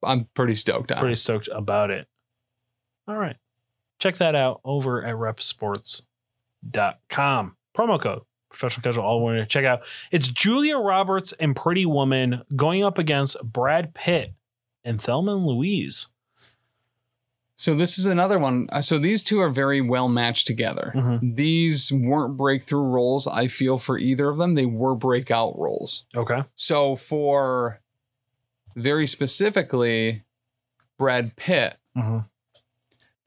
I'm pretty stoked on. Pretty Pretty. stoked about it. All right. Check that out over at repsports.com. Promo code professional casual all one word. check out. It's Julia Roberts and Pretty Woman going up against Brad Pitt and Thelma and Louise. So this is another one. Uh, So these two are very well matched together. Mhm. These weren't breakthrough roles, I feel, for either of them. They were breakout roles. Okay. So, for very specifically, Brad Pitt, Mhm.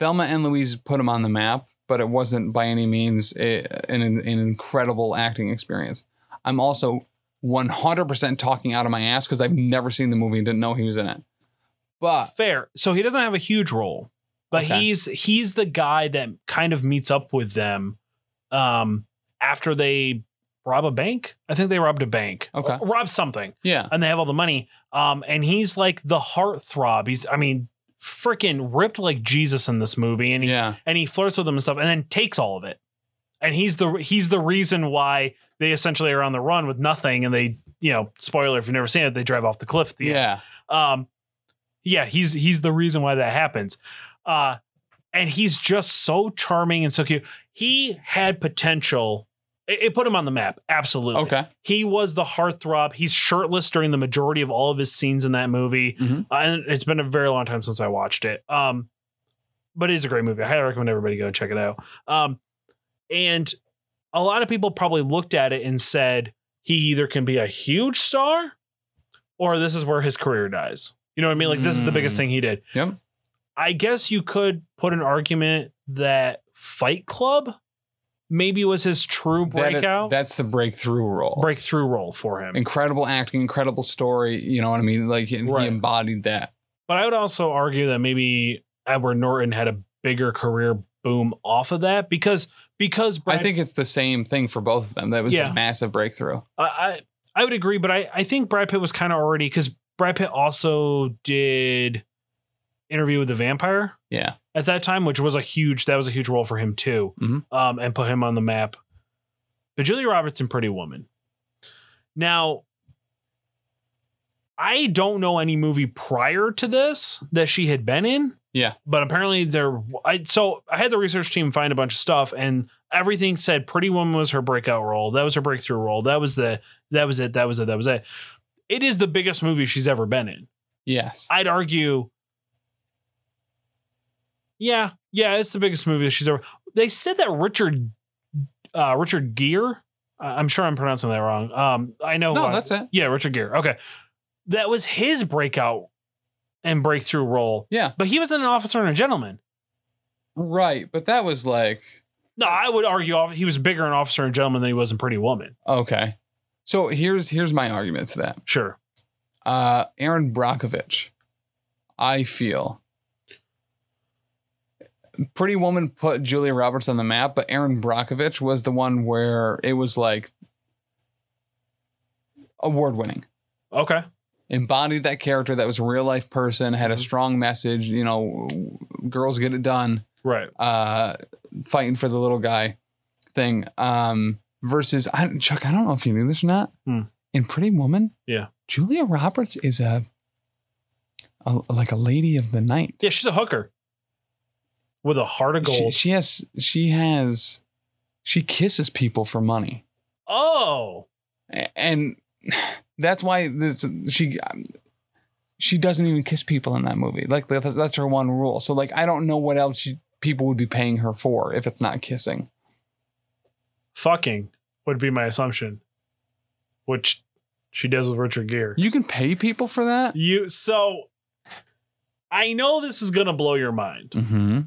Thelma and Louise put him on the map, but it wasn't by any means a, an, an incredible acting experience. I'm also 100% talking out of my ass because I've never seen the movie and didn't know he was in it. But Fair. So he doesn't have a huge role, but Uh, Okay. he's he's the guy that kind of meets up with them um after they rob a bank. I think they robbed a bank. Okay. Or robbed something. Yeah. And they have all the money. Um and he's like the heartthrob. He's I mean freaking ripped like Jesus in this movie and he Yeah. and he flirts with them and stuff and then takes all of it. And he's the he's the reason why they essentially are on the run with nothing and they, you know, spoiler if you've never seen it, they drive off the cliff at the end. Yeah. Um, yeah, he's he's the reason why that happens. Uh, and he's just so charming and so cute. He had potential. It, it put him on the map. Absolutely. Okay. He was the heartthrob. He's shirtless during the majority of all of his scenes in that movie. Mhm. Uh, and it's been a very long time since I watched it. Um, but it is a great movie. I highly recommend everybody go and check it out. Um, and a lot of people probably looked at it and said he either can be a huge star or this is where his career dies. You know what I mean? Like this is the Mm. biggest thing he did. Yep. I guess you could put an argument that Fight Club maybe was his true That- breakout that's the breakthrough role. breakthrough role for him. incredible acting, incredible story. You know what I mean? Like and Right. he embodied that. But I would also argue that maybe Edward Norton had a bigger career boom off of that because because Brad, I think it's the same thing for both of them. That was Yeah. a massive breakthrough. I, I I would agree, but I I think Brad Pitt was kind of already because Brad Pitt also did Interview with the Vampire Yeah. at that time, which was a huge that was a huge role for him too, Mhm. um, and put him on the map. But Julia Roberts in Pretty Woman. Now, I don't know any movie prior to this that she had been in. Yeah. but apparently there. I so I had the research team find a bunch of stuff, and everything said Pretty Woman was her breakout role. That was her breakthrough role. That was the that was it. That was it. That was it. It is the biggest movie she's ever been in. Yes. I'd argue. Yeah, yeah, it's the biggest movie that she's ever. They said that Richard, uh, Richard Gere. I- I'm sure I'm pronouncing that wrong. Um, I know. no, why- that's it. yeah, Richard Gere. Okay, that was his breakout and breakthrough role. Yeah. But he was an officer and a gentleman. Right. But that was like No, I would argue off- he was bigger an officer and gentleman than he was in Pretty Woman. okay. So here's here's my argument to that. Sure. Uh Aaron Brockovich, I feel. Pretty Woman put Julia Roberts on the map, but Aaron Brockovich was the one where it was like award winning. Okay. embodied that character that was a real life person had a Mhm. strong message you know girls get it done Right. uh fighting for the little guy thing um versus I, chuck i don't know if you knew this or not Hmm. in pretty woman Yeah. julia roberts is a, a like a lady of the night Yeah, she's a hooker with a heart of she, gold. she has she has she kisses people for money oh. A- and that's why this she um, she doesn't even kiss people in that movie. Like that's, that's her one rule. So like I don't know what else she, people would be paying her for if it's not kissing. fucking would be my assumption, which she does with Richard Gere. You can pay people for that. You so I know this is gonna blow your mind. Mm-hmm.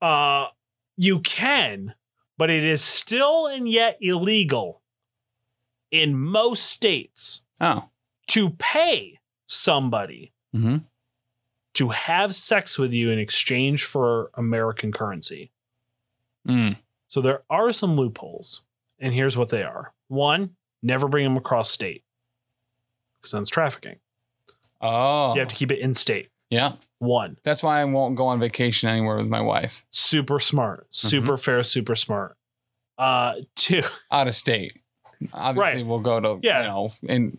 Uh you can, but it is still and yet illegal in most states Oh. to pay somebody Mm-hmm. to have sex with you in exchange for American currency. Mm. So there are some loopholes, and here's what they are. One, never bring them across state because that's trafficking. Oh. You have to keep it in state. yeah. One, That's why I won't go on vacation anywhere with my wife super smart, super fair, super smart. Uh, two, out of state. Obviously, Right. we'll go to Yeah. you know in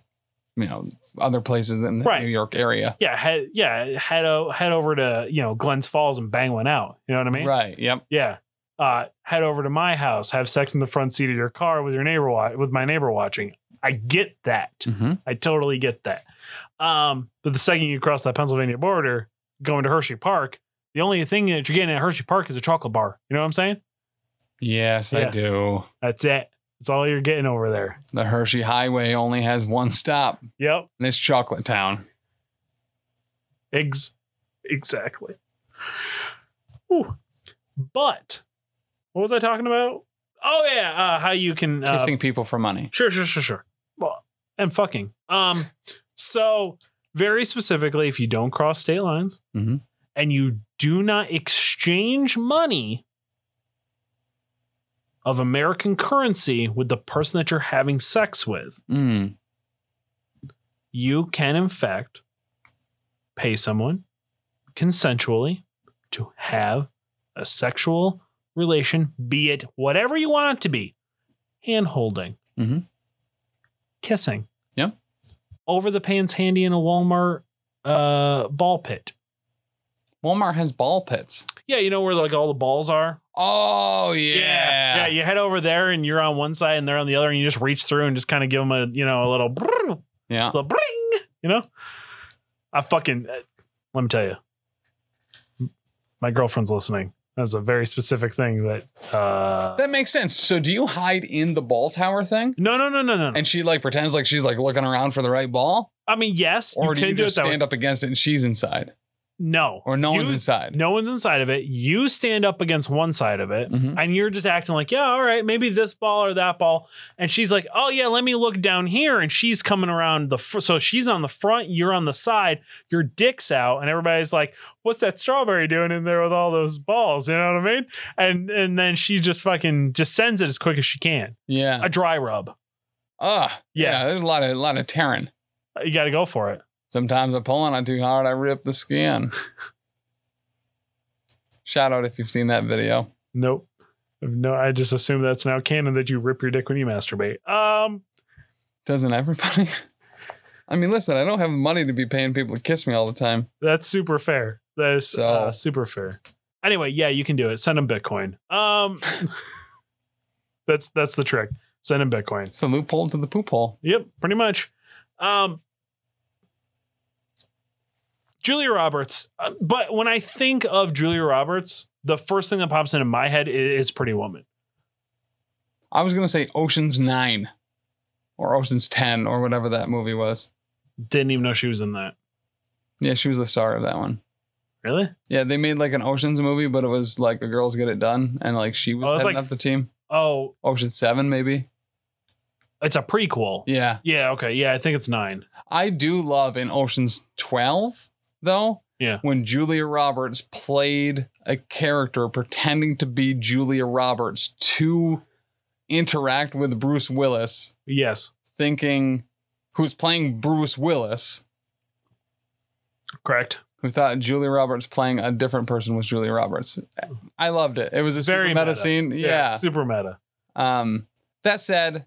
you know other places in the Right. New York area. yeah, head, yeah, head, o- head over to you know Glens Falls and bang one out. You know what I mean? Right. Yep. Yeah. Uh, head over to my house, have sex in the front seat of your car with your neighbor, wa- with my neighbor watching. I get that. Mm-hmm. I totally get that. Um, but the second you cross that Pennsylvania border, going to Hershey Park, the only thing that you're getting at Hershey Park is a chocolate bar. You know what I'm saying? Yes, Yeah. I do. That's it. That's all you're getting over there. The Hershey Highway only has one stop, Yep. and it's Chocolate Town. Ex- exactly. Ooh. But what was I talking about? Oh yeah, uh, how you can uh, Kissing people for money. Sure, sure, sure, sure. Well, and fucking. Um, so very specifically, if you don't cross state lines Mhm. and you do not exchange money of American currency with the person that you're having sex with, Mm. you can, in fact, pay someone consensually to have a sexual relation, be it whatever you want it to be hand holding, Mhm. kissing, Yeah. over the pants handy in a Walmart uh, ball pit. Walmart has ball pits. Yeah, you know where like all the balls are? Oh yeah. Yeah, you head over there and you're on one side and they're on the other, and you just reach through and just kind of give them a, you know, a little, brrr, Yeah. little bring, you know? I fucking, uh, let me tell you, my girlfriend's listening. That's a very specific thing that, uh, That makes sense. So do you hide in the ball tower thing? no, no, no, no, no. no. And she like pretends like she's like looking around for the right ball? I mean, yes, Or you do can you do it just that way. stand up against it and she's inside? No. Or no You- one's inside? No one's inside of it. You stand up against one side of it. Mhm. And you're just acting like, yeah, all right, maybe this ball or that ball. And she's like, oh, yeah, let me look down here. And she's coming around the, fr- so she's on the front, you're on the side, your dick's out. And everybody's like, what's that strawberry doing in there with all those balls? You know what I mean? And, and then she just fucking just sends it as quick as she can. Yeah. A dry rub. Ugh. Yeah. There's a lot of a lot of tearing. Uh, You got to go for it. Sometimes I'm pulling on too hard, I rip the skin. Shout out if you've seen that video. Nope. No, I just assume that's now canon that you rip your dick when you masturbate. Um, Doesn't everybody? I mean, listen, I don't have money to be paying people to kiss me all the time. That's super fair. That is So- uh, super fair. Anyway, yeah, you can do it. Send them Bitcoin. Um, that's that's the trick. Send them Bitcoin. It's the loophole to the poop hole. Yep, pretty much. Um, Julia Roberts. Uh, But when I think of Julia Roberts, the first thing that pops into my head i- is, Pretty Woman. I was gonna say Ocean's Nine, or Ocean's Ten, or whatever that movie was. Didn't even know she was in that. Yeah, she was the star of that one. Really? Yeah, they made like an Ocean's movie, but it was like a girls get it done, and like she was Oh, it's heading like- up the team. Oh, Ocean Seven, maybe. it's a prequel. Yeah. Yeah, okay. Yeah, I think it's nine. I do love in Ocean's 12, though. Yeah. When Julia Roberts played a character pretending to be Julia Roberts to interact with Bruce Willis, Yes, thinking who's playing Bruce Willis, correct. who thought Julia Roberts playing a different person was Julia Roberts. I loved it. It was a Very super meta, meta. scene. Yeah. super meta. Um, that said,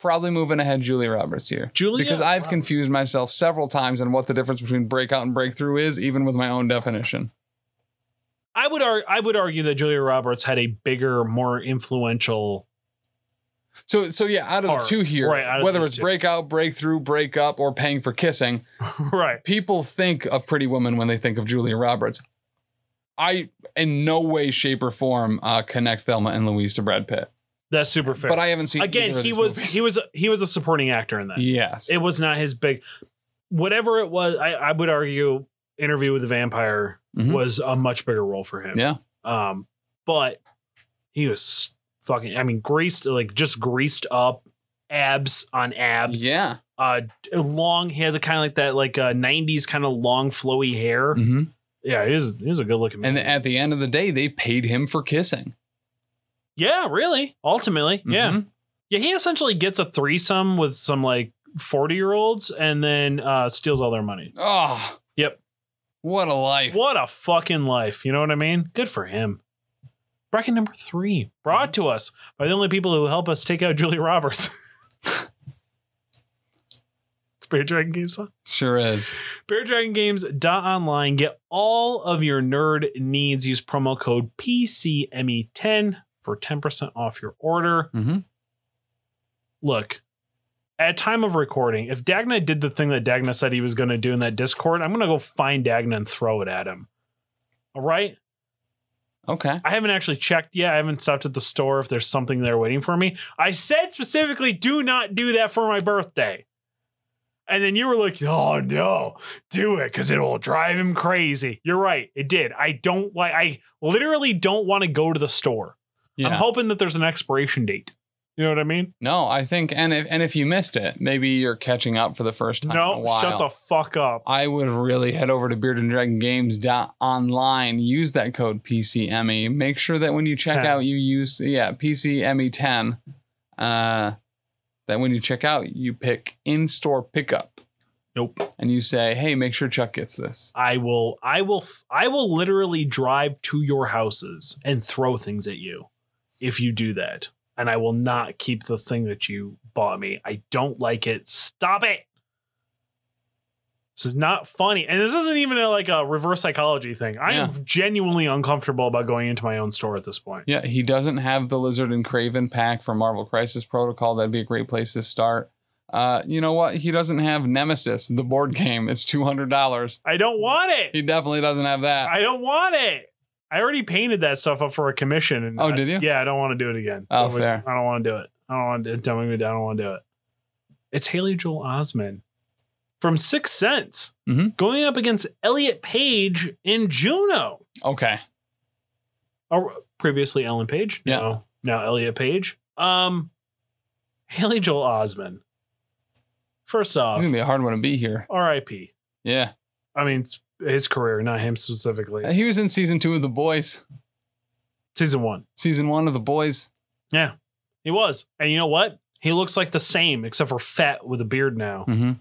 probably moving ahead Julia Roberts here. Julia, because I've Roberts. confused myself several times on what the difference between breakout and breakthrough is, even with my own definition. I would ar- I would argue that Julia Roberts had a bigger, more influential. So, so yeah, out of Or- the two here, right, out of whether these it's two. breakout, breakthrough, breakup, or paying for kissing, right. people think of Pretty Woman when they think of Julia Roberts. I, in no way, shape, or form, uh, connect Thelma and Louise to Brad Pitt, That's super fair. but I haven't seen either Again, of he these was movies. he was he was a supporting actor in that. yes, It was not his big whatever it was, I, I would argue Interview with the Vampire Mhm. was a much bigger role for him. yeah, Um but he was fucking I mean greased like just greased up abs on abs. yeah, Uh long hair, the kind of like that like uh 90s kind of long flowy hair. hmm Yeah, he was he was a good looking man. and at the end of the day, they paid him for kissing. Yeah, really. Ultimately, yeah, Mhm. yeah. He essentially gets a threesome with some like forty-year-olds, and then uh, steals all their money. Oh, Yep. What a life. What a fucking life! You know what I mean? Good for him. Bracket number three brought to us by the only people who help us take out Julie Roberts. it's Bear Dragon Games. huh? Sure is. Bear Dragon Games online. Get all of your nerd needs. Use promo code PCME10 for E ten percent off your order. Mm-hmm. look at time of recording if dagna did the thing that dagna said he was going to do in that discord i'm going to go find dagna and throw it at him all right Okay. i haven't actually checked yet i haven't stopped at the store if there's something there waiting for me i said specifically do not do that for my birthday and then you were like oh no do it because it'll drive him crazy you're right it did i don't like i literally don't want to go to the store i'm Yeah. hoping that there's an expiration date You know what I mean? No, I think, and if and if you missed it, maybe you're catching up for the first time. in a No, while. shut the fuck up. I would really head over to beardanddragongames.online, use that code PCME. E. Make sure that when you check 10. out, you use, yeah, PCME10. E Uh, that when you check out, you pick in store pickup Nope. and you say, hey, make sure Chuck gets this. I will I will f- I will literally drive to your houses and throw things at you if you do that. And I will not keep the thing that you bought me. I don't like it. Stop it. This is not funny. And this isn't even a, like a reverse psychology thing. I am genuinely uncomfortable about going into my own store at this point. Yeah, he doesn't have the Lizard and Craven pack for Marvel Crisis Protocol. That'd be a great place to start. Uh, you know what? He doesn't have Nemesis, the board game. It's $200. I don't want it. He definitely doesn't have that. I don't want it. I already painted that stuff up for a commission. And Oh, did you? Yeah, I don't want to do it again. Oh, I don't- fair. I don't want to do it. I don't want to. Don't make me do it. I don't want to do it. It's Haley Joel Osment from Sixth Sense Mhm. going up against Elliot Page in Juno. Okay. Or previously Ellen Page. Yeah. No, now Elliot Page. Um, Haley Joel Osment. First It's off, going to be a hard one to be here. R.I.P. Yeah. I mean, it's his career, not him specifically. Uh, He was in season two of The Boys, Season one. season one of The Boys. Yeah, he was. And you know what? He looks like the same except for fat with a beard now. Hmm.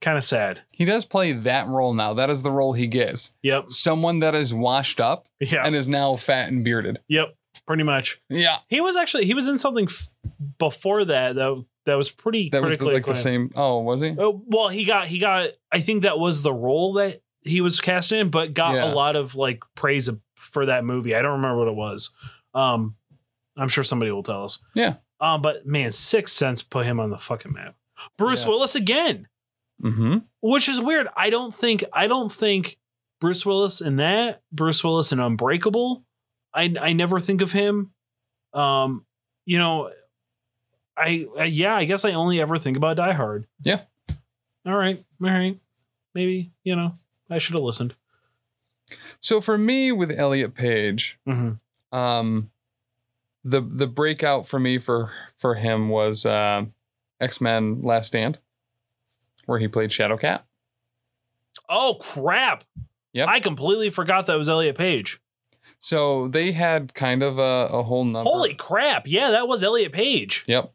Kind of sad. Mm-hmm. He does play that role now. That is the role he gets. Yep. Someone that is washed up Yeah. and is now fat and bearded. yep. Pretty much. Yeah, He was actually he was in something f- before that that that was pretty that was the, critically like the acclaimed. same. Oh, was he? Oh, well, he got he got I think that was the role that he was cast in, but got Yeah. a lot of like praise for that movie. I don't remember what it was. Um, I'm sure somebody will tell us. Yeah. Um, but man, Sixth Sense put him on the fucking map. Bruce Yeah. Willis again. Mm-hmm. which is weird. I don't think I don't think Bruce Willis in that Bruce Willis in Unbreakable. I I never think of him. Um, you know, I, I yeah, I guess I only ever think about Die Hard. Yeah. All right, all right. Maybe you know I should have listened. So for me, with Elliot Page, Mm-hmm. um, the the breakout for me for for him was uh, X Men: Last Stand, where he played Shadowcat. Oh crap! Yep. I completely forgot that was Elliot Page. So they had kind of a, a whole number. Holy crap! Yeah, that was Elliot Page. Yep.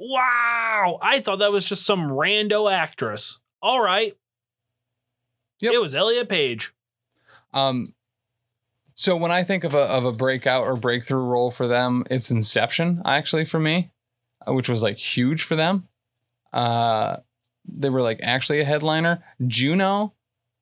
Wow. I thought that was just some rando actress. All right. Yep. It was Elliot Page. Um, so when I think of a of a breakout or breakthrough role for them, it's Inception actually for me, uh, which was like huge for them. Uh, they were like actually a headliner. Juno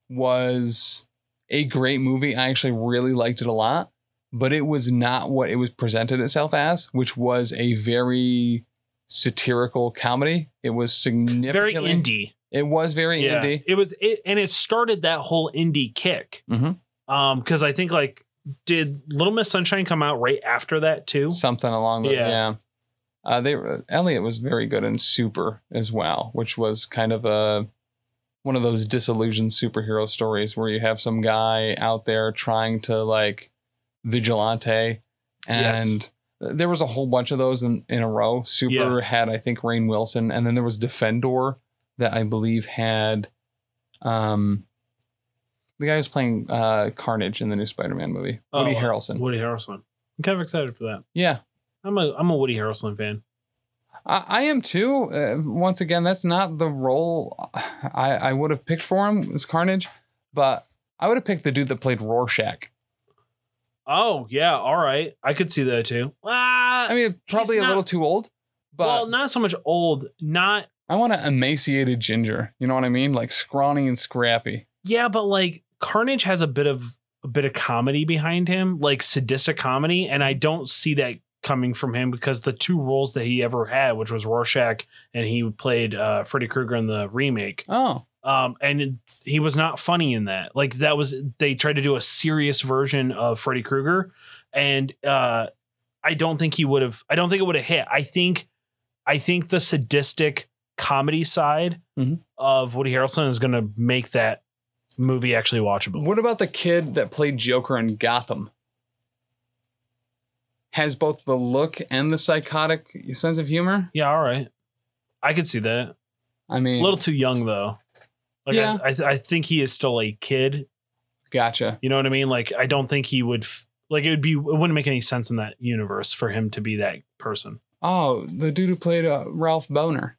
was a great movie. I actually really liked it a lot, but it was not what it was presented itself as, which was a very satirical comedy. It was Very significantly indie. It was very yeah. indie. It was it and it started that whole indie kick. Mhm. Um, because I think like did Little Miss Sunshine come out right after that too? something along the yeah. Yeah. Uh, they were- Elliot was very good in Super as well, which was kind of a one of those disillusioned superhero stories where you have some guy out there trying to like vigilante, and there was a whole bunch of those in, in a row. Super had I think Rain Wilson, and then there was Defendor that I believe had um the guy who's playing uh Carnage in the new Spider-Man movie, Woody Oh, Harrelson. Woody Harrelson. I'm kind of excited for that. yeah, I'm a I'm a Woody Harrelson fan. I, I am too. Uh, once again, that's not the role I, I would have picked for him as Carnage, but I would have picked the dude that played Rorschach. Oh yeah, all right. I could see that too. Ah, I mean, probably a not- little too old, but well, not so much old, not I want an emaciated ginger. You know what I mean? Like scrawny and scrappy. Yeah, but like Carnage has a bit of a bit of comedy behind him, like sadistic comedy, and I don't see that coming from him because the two roles that he ever had, which was Rorschach and he played uh, Freddy Krueger in the remake, Oh, um, and he was not funny in that. Like that was they tried to do a serious version of Freddy Krueger, and uh, I don't think he would have. I don't think it would have hit. I think, I think the sadistic comedy side Mhm. of Woody Harrelson is going to make that movie actually watchable. what about the kid that played Joker in Gotham? has both the look and the psychotic sense of humor. Yeah, all right. I could see that. I mean, A little too young though. Like I- Yeah. I, th- I think he is still a kid. gotcha. You know what I mean? Like I don't think he would f- like it would be it wouldn't make any sense in that universe for him to be that person. Oh, the dude who played uh, Ralph Boner.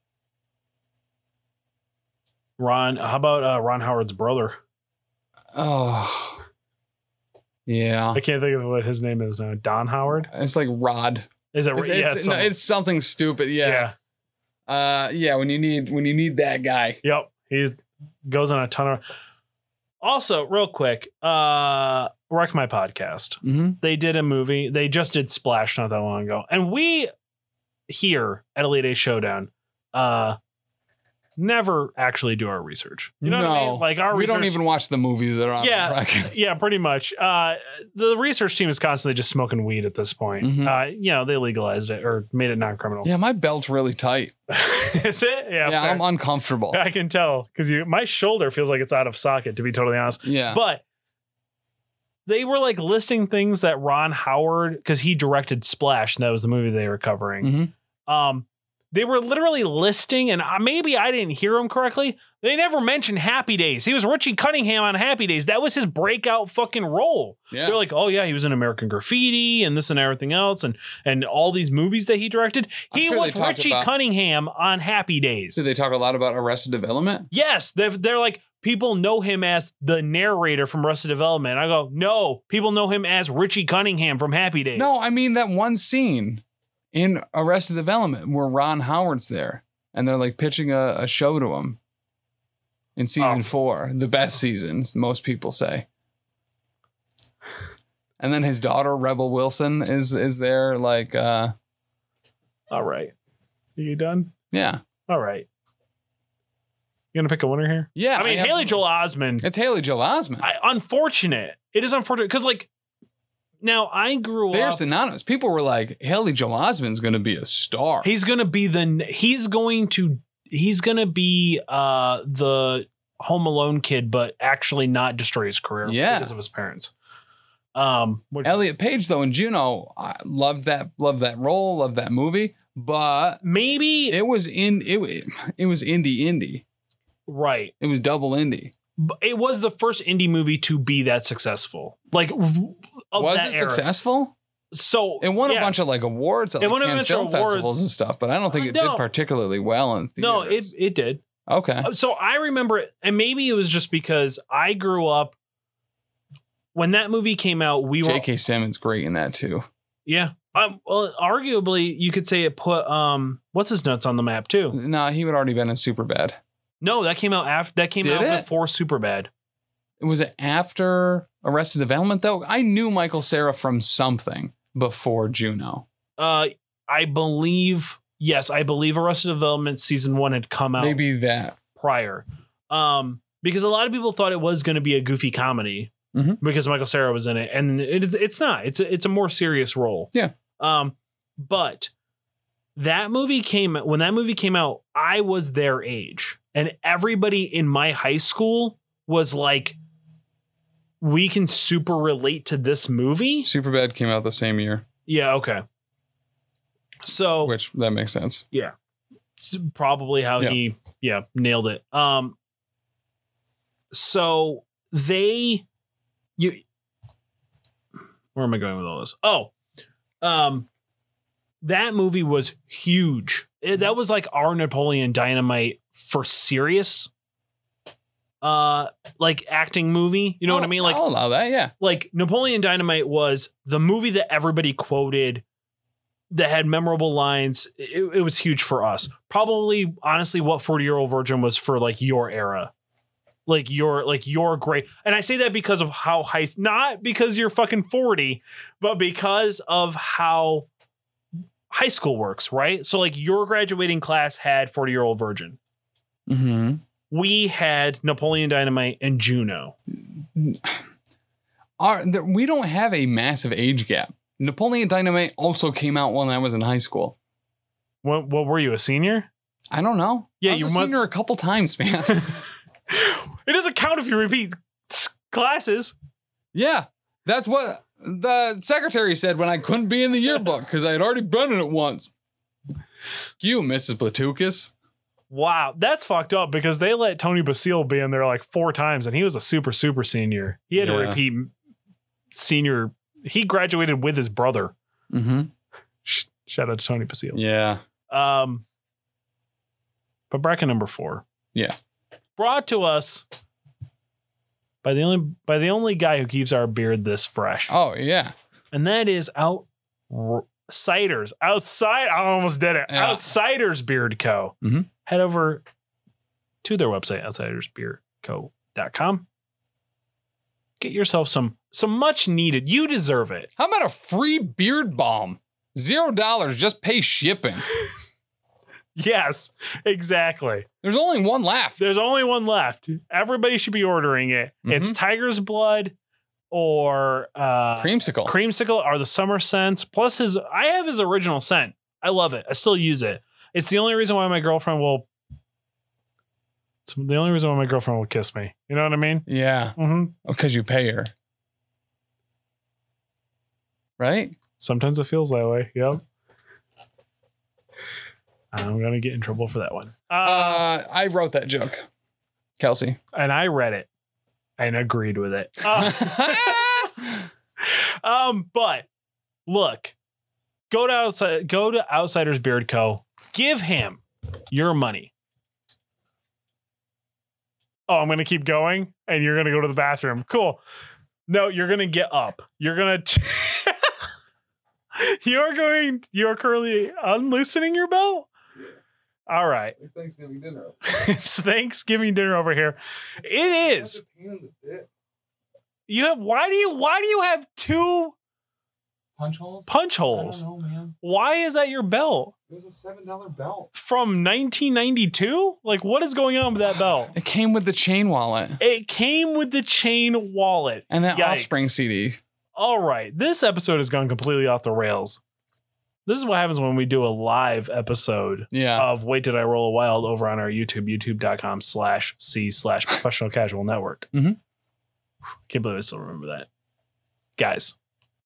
Ron, how about uh, Ron Howard's brother? Oh, yeah. I can't think of what his name is now. Don Howard? It's like Rod. Is that It's, right? Yeah, it's- it's no, something- it's something stupid. Yeah. yeah. Uh, yeah. When you need when you need that guy. Yep. He goes on a ton of. Also, real quick, uh, Wreck My Podcast. Mm-hmm. They did a movie. They just did Splash not that long ago. And we here at Elite Eight Showdown uh, never actually do our research. You know what I No. mean? Like our we research, don't even watch the movies that are on. Yeah. the bracket. Yeah, pretty much. Uh, the research team is constantly just smoking weed at this point. Mhm. Uh, you know, they legalized it or made it non-criminal. Yeah, my belt's really tight. is it? Yeah, Yeah, fair. I'm uncomfortable. I can tell because you my shoulder feels like it's out of socket. To be totally honest. Yeah. But they were like listing things that Ron Howard, because he directed Splash, and that was the movie they were covering. Mhm. Um, they were literally listing, and I- maybe I didn't hear them correctly. They never mentioned Happy Days. He was Richie Cunningham on Happy Days. That was his breakout fucking role. Yeah. They're like, oh yeah, he was in American Graffiti and this and everything else, and and all these movies that he directed. I'm He sure they was talked Richie about- Cunningham on Happy Days. so they talk a lot about Arrested Development. Yes, they're, they're like people know him as the narrator from Arrested Development. I go, no, people know him as Richie Cunningham from Happy Days. No, I mean that one scene in Arrested Development where Ron Howard's there and they're like pitching a, a show to him in season Oh. four, the best season, most people say. And then his daughter Rebel Wilson is is there like uh all right, are you done? yeah. All right, you gonna pick a winner here? Yeah. I mean, have- Haley Joel Osment. It's Haley Joel Osment. I, unfortunate. It is unfortunate because like now I grew They're up. synonymous. People were like, Haley Joel Osment's gonna be a star. He's gonna be the. He's going to. He's gonna be uh the Home Alone kid, but actually not destroy his career. Yeah. because of his parents. Um, which, Elliot Page though in Juno, I loved that loved that role, loved that movie, but maybe it was in it wa- it was indie indie. right. It was double indie. But it was the first indie movie to be that successful. Like v- of was that it era. successful? So It won yeah. a bunch of like awards at It like, won a Cannes bunch of film awards. festivals and stuff, but I don't think Uh, it no. did particularly well in theaters. No, it Uh, it did. okay. So I remember it, and maybe it was just because I grew up when that movie came out. We were J.K. Simmons great in that too. yeah. Um, well, arguably, you could say it put um what's his nuts on the map too. No, he would already been in Superbad. No, that came out after that came Did out it? before Superbad. Was it after Arrested Development though? I knew Michael Sarah from something before Juno. Uh, I believe yes, I believe Arrested Development season one had come out. Maybe that. prior. Um, because a lot of people thought it was going to be a goofy comedy Mhm. because Michael Sarah was in it, and it is it's not. It's a, it's a more serious role. Yeah. Um, but that movie came when that movie came out. I was their age, and everybody in my high school was like, "We can super relate to this movie." Superbad came out the same year, Yeah. Okay. So which that makes sense. it's probably how Yeah. he yeah nailed it um so they you where am i going with all this oh um that movie was huge It- that was like our napoleon dynamite for serious uh like acting movie you know what i I'll- mean like I'll allow that. Yeah. like Napoleon Dynamite was the movie that everybody quoted that had memorable lines. It, it was huge for us. Probably honestly what 40 year old virgin was for like your era. Like your like your great and I say that because of how high not because you're fucking 40, but because of how high school works, right? So like your graduating class had 40 year old virgin. Mm-hmm. We had Napoleon Dynamite and Juno. are there, we don't have a massive age gap. Napoleon Dynamite also came out when I was in high school. What what were you, a senior? I don't know. Yeah, I was you a must- senior a couple times, man. it doesn't count if you repeat s- classes. yeah, that's what The secretary said when I couldn't be in the yearbook because I had already been in it once. You, Mrs. Platukis. Wow, that's fucked up because they let Tony Basile be in there like four times, and he was a super super senior. He had to Yeah. repeat senior. He graduated with his brother. Mm-hmm. Sh- Shout out to Tony Basile. Yeah. Um, but bracket number four. Yeah. brought to us by the only by the only guy who keeps our beard this fresh, Oh, yeah. and that is out. Ciders outside, I almost did it. Yeah. Outsiders Beard Co. Mhm. Head over to their website, outsidersbeardco.com. Get yourself some some much needed. You deserve it. How about a free beard balm? Zero dollars, just pay shipping. Yes, exactly. There's only one left. There's only one left. Everybody should be ordering it. It's Tiger's Blood or uh, Creamsicle. Creamsicle are the summer scents. Plus his I have his original scent. I love it. I still use it. It's the only reason why my girlfriend will it's the only reason why my girlfriend will kiss me. You know what I mean? yeah, hmm because Oh, you pay her. Right? Sometimes it feels that way. Yep. I'm gonna get in trouble for that one. Uh, Uh, I wrote that joke, Kelsey. and I read it and agreed with it. Uh, um, but look, go to outside, go to Outsiders Beard Co. Give him your money. Oh, I'm gonna keep going, and you're gonna go to the bathroom. Cool. No, you're gonna get up. You're gonna. you're going. You're currently unloosening your belt. All right, Thanksgiving dinner. it's Thanksgiving dinner over here. It is. You have. Why do you? Why do you have two Punch holes? punch holes? know, man. Why is that your belt It was a seven dollar belt. from 1992? Like, what is going on with that belt? It came with the chain wallet It came with the chain wallet. and that Yikes. offspring CD. All right, this episode has gone completely off the rails. This is what happens when we do a live episode Yeah. of Wait Did I Roll a Wild over on our YouTube, youtube.com slash C slash professional casual network. Mhm. Can't believe I still remember that. Guys,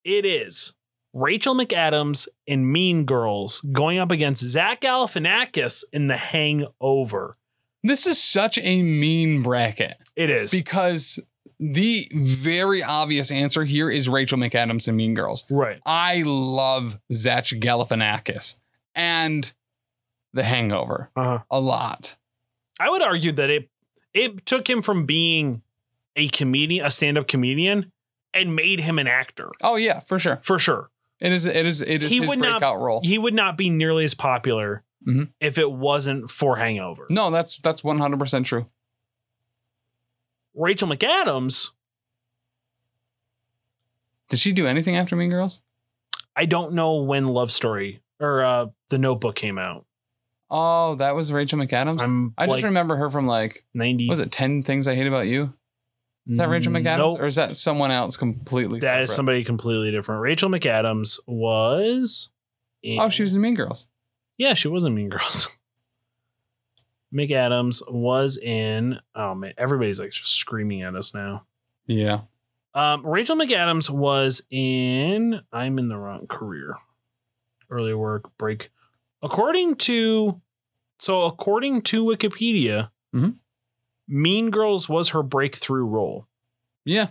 it is Rachel McAdams and Mean Girls going up against Zach Galifianakis in The Hangover. this is such a mean bracket It is. because the very obvious answer here is Rachel McAdams and Mean Girls. right. I love Zach Galifianakis and The Hangover Uh-huh. a lot. I would argue that it it took him from being a comedian, a stand-up comedian, and made him an actor Oh yeah, for sure. for sure. It is. It is. It is He his would not- breakout role. He would not be nearly as popular Mhm. if it wasn't for Hangover. no, that's that's one hundred percent true. Rachel McAdams, Did she do anything after Mean Girls? I don't know when Love Story or uh, The Notebook came out. Oh, that was Rachel McAdams. I'm I just like remember her from like 90. was it Ten Things I Hate About You? Is that Rachel McAdams Nope. or is that someone else completely? That is separate? somebody completely different. Rachel McAdams was. in- Oh, she was in Mean Girls. Yeah, she was in Mean Girls. McAdams was in. Oh man, everybody's like just screaming at us now. Yeah. Um, Rachel McAdams was in. I'm in the wrong career. Early work break. According to, so according to Wikipedia, Mhm. Mean Girls was her breakthrough role. Yeah.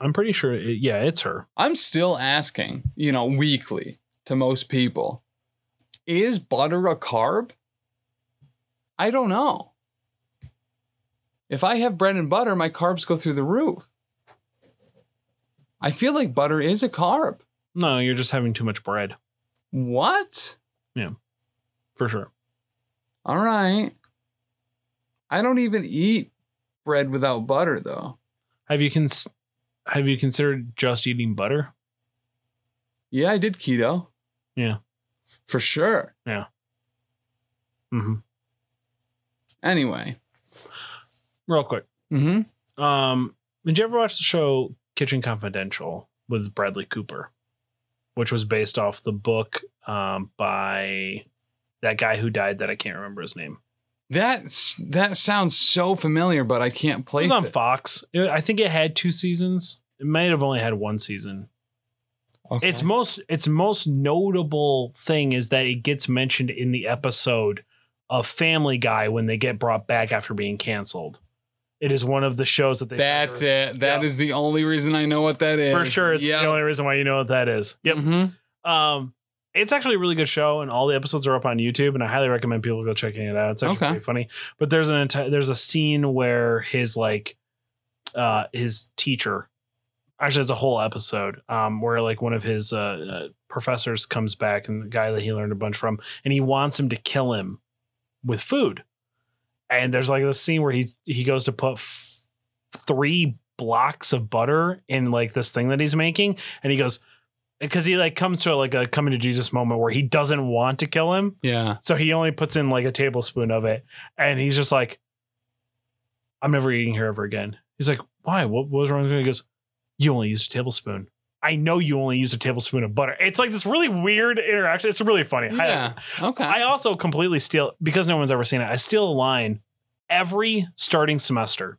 I'm pretty sure. It, yeah, it's her. I'm still asking, you know, weekly to most people, is butter a carb? I don't know. If I have bread and butter, my carbs go through the roof. I feel like butter is a carb. No, you're just having too much bread What? for sure. All right. I don't even eat bread without butter though. Have you cons- Have you considered just eating butter? Yeah, I did keto. Yeah. For sure. Mm-hmm. Anyway. Real quick. Mm-hmm. Um, did you ever watch the show Kitchen Confidential with Bradley Cooper, which was based off the book um, by that guy who died that I can't remember his name. That's that sounds so familiar, but I can't It place was on it. Fox. It- I think it had two seasons. It might have only had one season. Its most its most notable thing is that it gets mentioned in the episode of Family Guy when they get brought back after being canceled. It is one of the shows that they That's it. That is Yep. the only reason I know what that is. for sure. It's Yep. the only reason why you know what that is. Yep. Mhm. Um, it's actually a really good show, and all the episodes are up on YouTube, and I highly recommend people go checking it out. It's actually Okay. pretty funny. But there's an entire there's a scene where his like uh his teacher actually it's a whole episode um where like one of his uh, uh professors comes back and the guy that he learned a bunch from and he wants him to kill him with food and there's like this scene where he he goes to put f- three blocks of butter in like this thing that he's making and he goes because he like comes to like a coming to jesus moment where he doesn't want to kill him Yeah. so he only puts in like a tablespoon of it and he's just like i'm never eating here ever again he's like why what, what was wrong with you he goes you only used a tablespoon i know you only used a tablespoon of butter it's like this really weird interaction it's really funny I- Yeah. Okay. I also completely steal because no one's ever seen it. I steal a line every starting semester.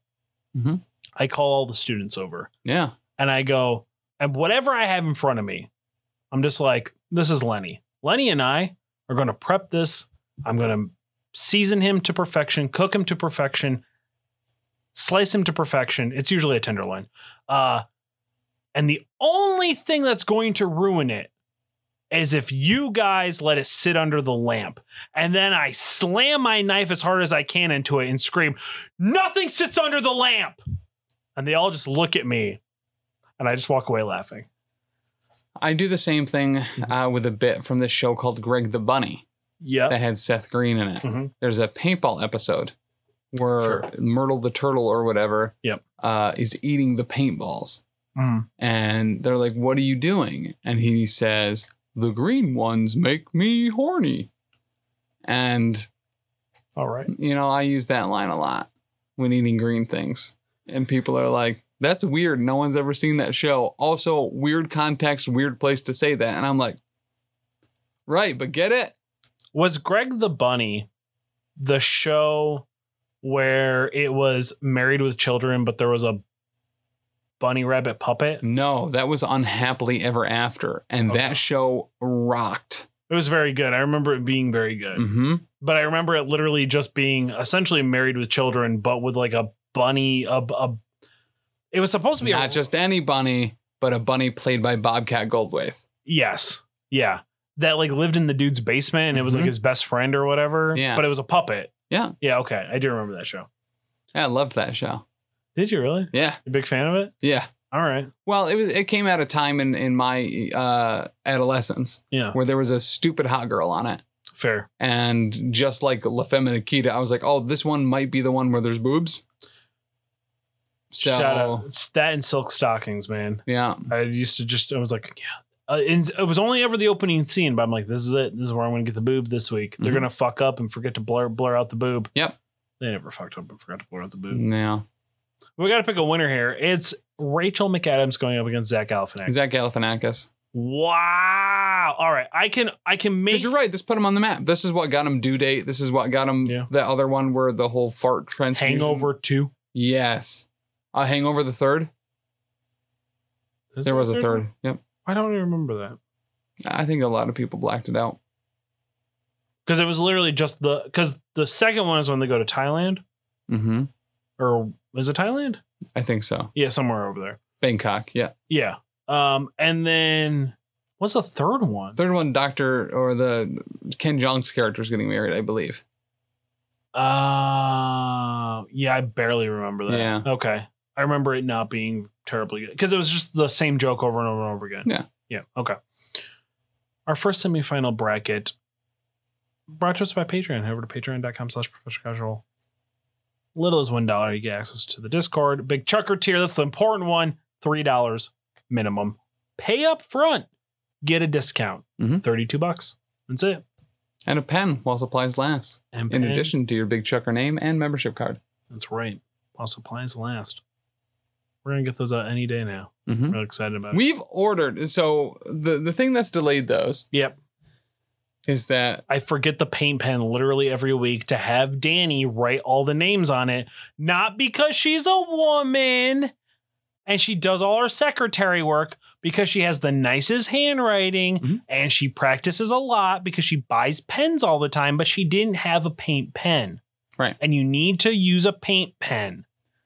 Mhm. I call all the students over yeah. and I go, and whatever I have in front of me, I'm just like, this is Lenny. Lenny and I are going to prep this. I'm going to season him to perfection, cook him to perfection, slice him to perfection. It's usually a tenderloin. Uh, and the only thing that's going to ruin it is if you guys let it sit under the lamp. And then I slam my knife as hard as I can into it and scream, Nothing sits under the lamp. And they all just look at me and I just walk away laughing. I do the same thing Mm-hmm. uh, with a bit from this show called Greg the Bunny Yeah. that had Seth Green in it. Mhm. There's a paintball episode where Sure. Myrtle the turtle or whatever Yep. uh, is eating the paintballs. And they're like, What are you doing? And he says, The green ones make me horny. And All right. You know, I use that line a lot when eating green things. And people are like, that's weird. No one's ever seen that show. Also, weird context, weird place to say that. And I'm like, right, but get it? Was Greg the Bunny the show where it was married with children, but there was a bunny rabbit puppet? No, that was Unhappily Ever After. And Okay. that show rocked. It was very good. I remember it being very good. hmm But I remember it literally just being essentially married with children, but with like a bunny, a, a it was supposed to be a, Not just any bunny, but a bunny played by Bobcat Goldthwait. Yes. Yeah. That like lived in the dude's basement and it was Mhm. like his best friend or whatever. Yeah. But it was a puppet. Yeah. Yeah. Okay. I do remember that show. Yeah, I loved that show. Did you really? Yeah, You a big fan of it? yeah. All right. Well, it was it came at a time in, in my uh, adolescence Yeah. where there was a stupid hot girl on it. Fair. And just like La Femme Nikita, I was like, oh, this one might be the one where there's boobs. So, Shout out. It's that and silk stockings, man. yeah. I used to just, I was like, yeah. Uh, and it was only ever the opening scene, but I'm like, this is it. This is where I'm going to get the boob this week. They're Mhm. going to fuck up and forget to blur blur out the boob. Yep. They never fucked up and forgot to blur out the boob. No. We got to pick a winner here. It's Rachel McAdams going up against Zach Galifianakis. Zach Galifianakis. Wow. All right. I can I can make Because you're right. This put him on the map. This is what got him due date. This is what got him Yeah. that other one where the whole fart transfusion. Hangover 2. Yes. Uh, hangover the third. Is there was a one? third. Yep. Why don't I remember that? I think a lot of people blacked it out. Because it was literally just the because the second one is when they go to Thailand. Mm-hmm. Or is it Thailand? I think so. Yeah, somewhere over there. Bangkok. Yeah. Yeah. Um, and then what's the third one? Third one, Doctor or the Ken Jong's character is getting married, I believe. Uh yeah, I barely remember that. Yeah. Okay. I remember it not being terribly good. Because it was just the same joke over and over and over again. Yeah. Yeah. Okay. Our first semifinal bracket brought to us by Patreon. Head over to patreon.com slash professional casual. Little as one dollar, you get access to the Discord. Big chucker tier, that's the important one. Three dollars minimum. Pay up front. Get a discount. Mhm. 32 bucks. That's it. And a pen while supplies last. And in pay- addition to your big chucker name and membership card. That's right. While supplies last. We're gonna get those out any day now. I'm Mhm. real excited about it. We've ordered. So the the thing that's delayed those Yep. is that I forget the paint pen literally every week to have Danny write all the names on it. Not because she's a woman and she does all her secretary work because she has the nicest handwriting Mhm. and she practices a lot because she buys pens all the time, but she didn't have a paint pen. Right. And you need to use a paint pen.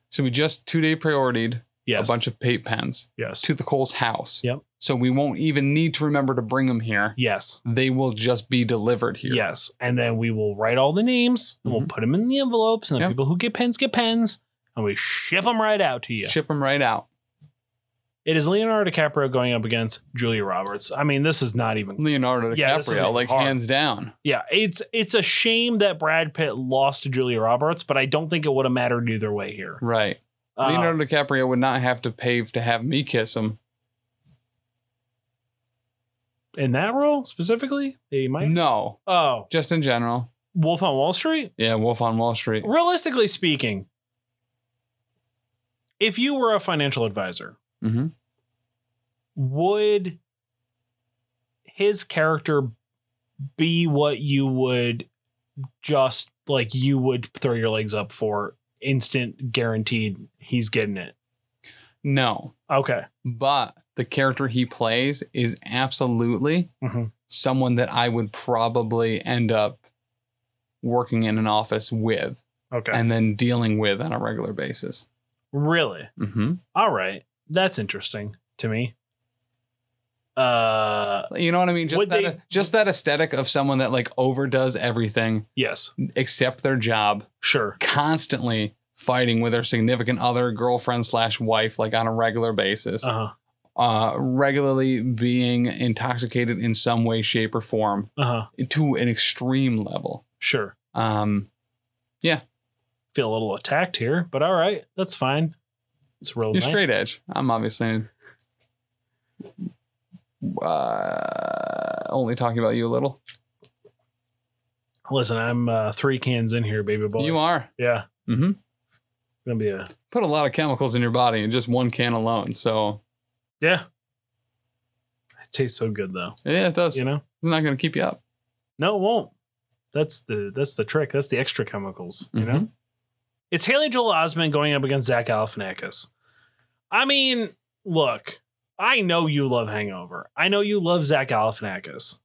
So we just two day prioritied Yes. a bunch of paint pens Yes. to the Cole's house. Yep. So we won't even need to remember to bring them here. Yes. They will just be delivered here. Yes. And then we will write all the names and we'll put them in the envelopes, and the Mm-hmm. Yeah. people who get pens get pens, and we ship them right out to you. Ship them right out. It is Leonardo DiCaprio going up against Julia Roberts. I mean, this is not even. Leonardo Yeah, this isn't DiCaprio, like hard. hands down. Yeah, it's it's a shame that Brad Pitt lost to Julia Roberts, but I don't think it would have mattered either way here. Right. Uh, Leonardo DiCaprio would not have to pay to have me kiss him. in that role specifically, he might. No, Oh, just in general. Wolf on Wall Street. Yeah, Wolf on Wall Street. Realistically speaking, if you were a financial advisor, hmm would his character be what you would just like you would throw your legs up for instant guaranteed he's getting it No, okay but the character he plays is absolutely Mhm. someone that I would probably end up working in an office with okay and then dealing with on a regular basis. really hmm all right that's interesting to me uh You know what I mean? Just Would that, they- just that aesthetic of someone that like overdoes everything yes except their job, sure constantly fighting with their significant other, girlfriend slash wife, like on a regular basis. uh-huh uh, regularly being intoxicated in some way, shape, or form uh-huh to an extreme level. sure Um, feel a little attacked here but all right that's fine it's real you're Oh, nice. straight edge. I'm obviously uh, only talking about you a little. listen i'm uh three cans in here baby boy You are. yeah Mm-hmm. gonna be a Put a lot of chemicals in your body in just one can alone. So, Yeah. It tastes so good though. yeah, it does. You know? It's not going to keep you up. No, it won't. That's the that's the trick. That's the extra chemicals. You know? Mhm. It's Haley Joel Osment going up against Zach Galifianakis. I mean, look, I know you love Hangover. I know you love Zach Galifianakis.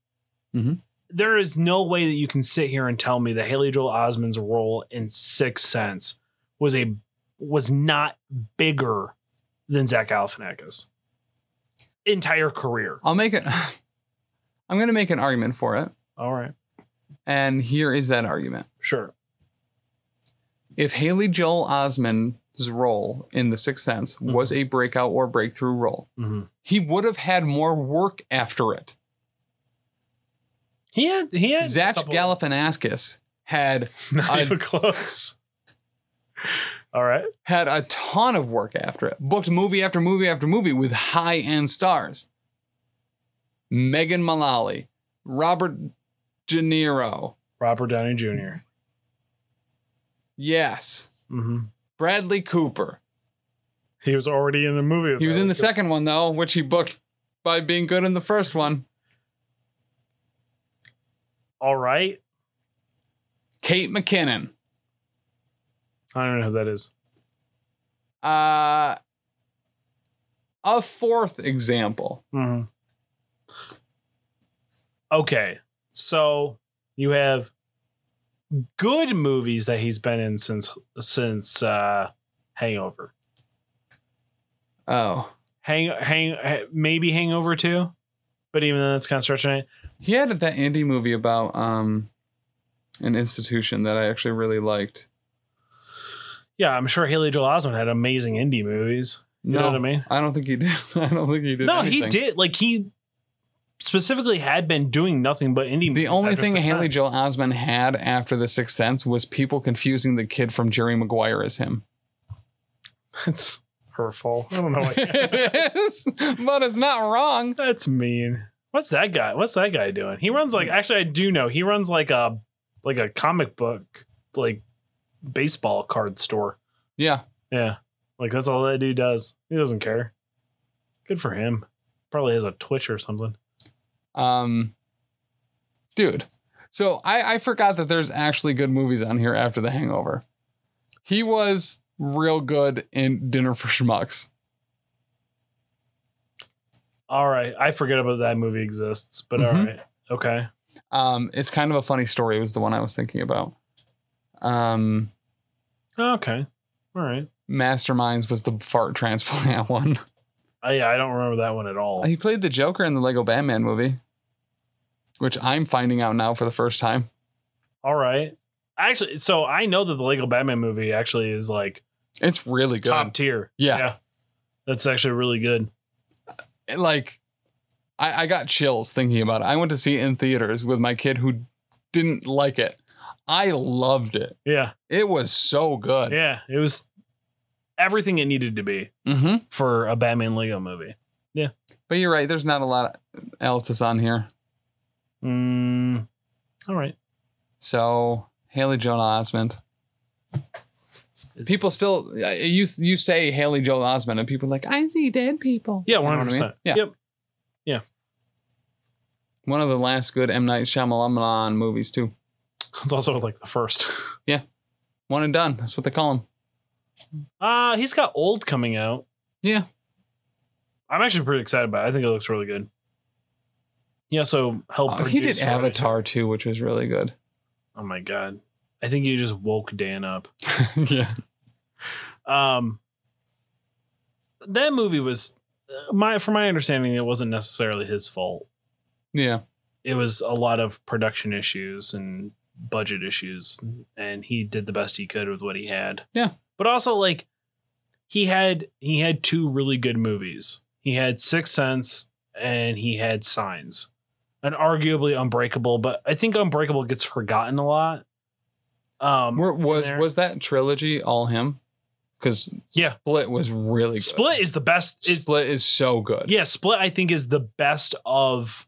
Mm-hmm. Mhm. There is no way that you can sit here and tell me that Haley Joel Osment's role in Sixth Sense was a was not bigger than Zach Galifianakis' entire career. I'll make it. I'm going to make an argument for it. All right, And here is that argument. sure. if Haley Joel Osment's role in The Sixth Sense was a breakout or breakthrough role, Mm-hmm. he would have had more work after it. He had he had a Zach couple- Galifianakis had Not I- even close. All right. had a ton of work after it. Booked movie after movie after movie with high end stars. Megan Mullally, Robert De Niro, Robert Downey junior yes, Mm-hmm. Bradley Cooper. He was already in the movie. with He was that. in the second one though, which he booked by being good in the first one. All right. Kate McKinnon. I don't know who that is. Uh, a fourth example. Mm-hmm. Okay, so you have good movies that he's been in since since uh, Hangover. Oh, Hang, hang, ha- maybe Hangover two, but even then, it's kind of stretching it. he had that indie movie about um, an institution that I actually really liked. Yeah, I'm sure Haley Joel Osment had amazing indie movies. You no, know what I mean? I don't think he did. I don't think he did. No, he anything. did. Like he specifically had been doing nothing but indie. The movies only after thing Sixth Haley Sense. Joel Osment had after The Sixth Sense was people confusing the kid from Jerry Maguire as him. That's hurtful. I don't know. Why. it is, but it's not wrong. That's mean. What's that guy? What's that guy doing? He runs like actually I do know. He runs like a like a comic book like baseball card store. Yeah, Yeah. Like that's all that dude does. He doesn't care. Good for him. Probably has a Twitch or something. um, dude. So I, I forgot that there's actually good movies on here after The Hangover. He was real good in Dinner for Schmucks. All right. I forget about that movie exists, but all Mhm. right. Okay. Um, it's kind of a funny story. Was the one I was thinking about. Um, Okay. All right. Masterminds was the fart transplant one. I I don't remember that one at all. He played the Joker in the Lego Batman movie, which I'm finding out now for the first time. All right. Actually, so I know that the Lego Batman movie actually is like It's really good. top tier. Yeah. That's actually really good. It, like I, I got chills thinking about it. I went to see it in theaters with my kid who didn't like it. I loved it. Yeah. It was so good. Yeah. It was everything it needed to be Mm-hmm. for a Batman Lego movie. But you're right. There's not a lot else that's on here. Mm, all right. So Haley Joel Osment. Is- People still uh, you you say Haley Joel Osment and people are like I see dead people. Yeah, You know what I mean? 100%. Yeah. Yep. One of the last good M Night Shyamalan movies too. It's also like the first. One and done. That's what they call him. Uh, he's got Old coming out. Yeah. I'm actually pretty excited about it. I think it looks really good. He also helped. Oh, he did produce- Avatar too, which was really good. Oh my god! I think you just woke Dan up. yeah. Um, that movie was uh, my, from my understanding, it wasn't necessarily his fault. Yeah. It was a lot of production issues and budget issues, and he did the best he could with what he had. Yeah. but also like he had he had two really good movies. He had Sixth Sense and he had Signs, and arguably Unbreakable. But I think Unbreakable gets forgotten a lot. Um, Were, was there. was that trilogy all him? Because Yeah. Split was really good. Split is the best. It's Split is so good. Yeah, Split I think is the best of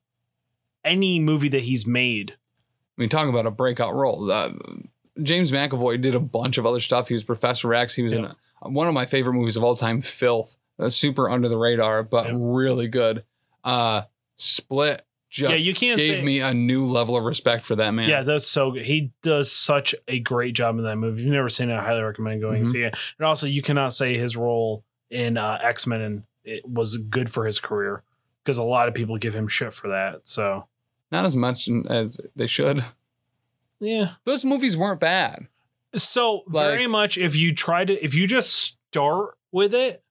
any movie that he's made. I mean, talking about a breakout role. Uh, James McAvoy did a bunch of other stuff. He was Professor X. He was Yeah. in one of my favorite movies of all time, Filth. Uh, super under the radar, but Yeah. really good. Uh, Split just yeah, you can't gave say. me a new level of respect for that man. yeah, that's so good. He does such a great job in that movie. If you've never seen it, I highly recommend going Mhm. see it. And also, you cannot say his role in uh, X Men and it was good for his career because a lot of people give him shit for that. So Not as much as they should. yeah, Those movies weren't bad. so very Like- much if you try to if you just start with it,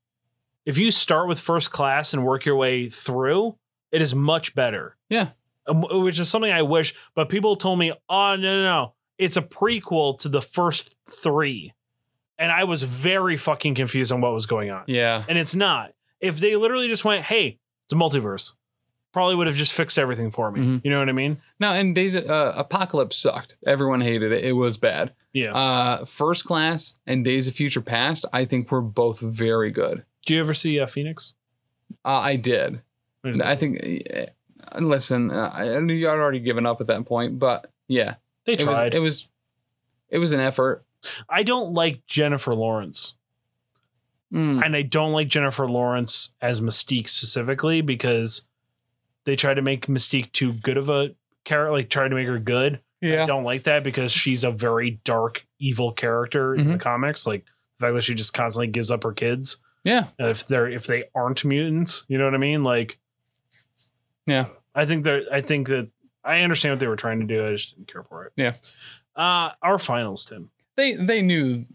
if you start with first class and work your way through, it is much better. Yeah. Um, which is something I wish, but people told me, oh, no, no, no. It's a prequel to the first three. And I was very fucking confused on what was going on. Yeah. And it's not. If they literally just went, hey, it's a multiverse, probably would have just fixed everything for me. Mhm. You know what I mean? Now, and Days uh, Apocalypse sucked. Everyone hated it. It was bad. Yeah. Uh, First Class and Days of Future Past, I think were both very good. Do you ever see uh, Phoenix? Uh, I did. I think. Uh, listen, uh, I knew you would already given up at that point, but yeah, they it tried. was. It was. It was an effort. I don't like Jennifer Lawrence. Mm, and I don't like Jennifer Lawrence as Mystique specifically because they try to make Mystique too good of a character, like try to make her good. I yeah. don't like that because she's a very dark, evil character in Mm-hmm. the comics. Like the fact that she just constantly gives up her kids uh, Yeah. if they're if they aren't mutants. You know what I mean? Like, Yeah. I think that I think that I understand what they were trying to do. I just didn't care for it. Yeah. Uh, our finals, Tim. They they knew.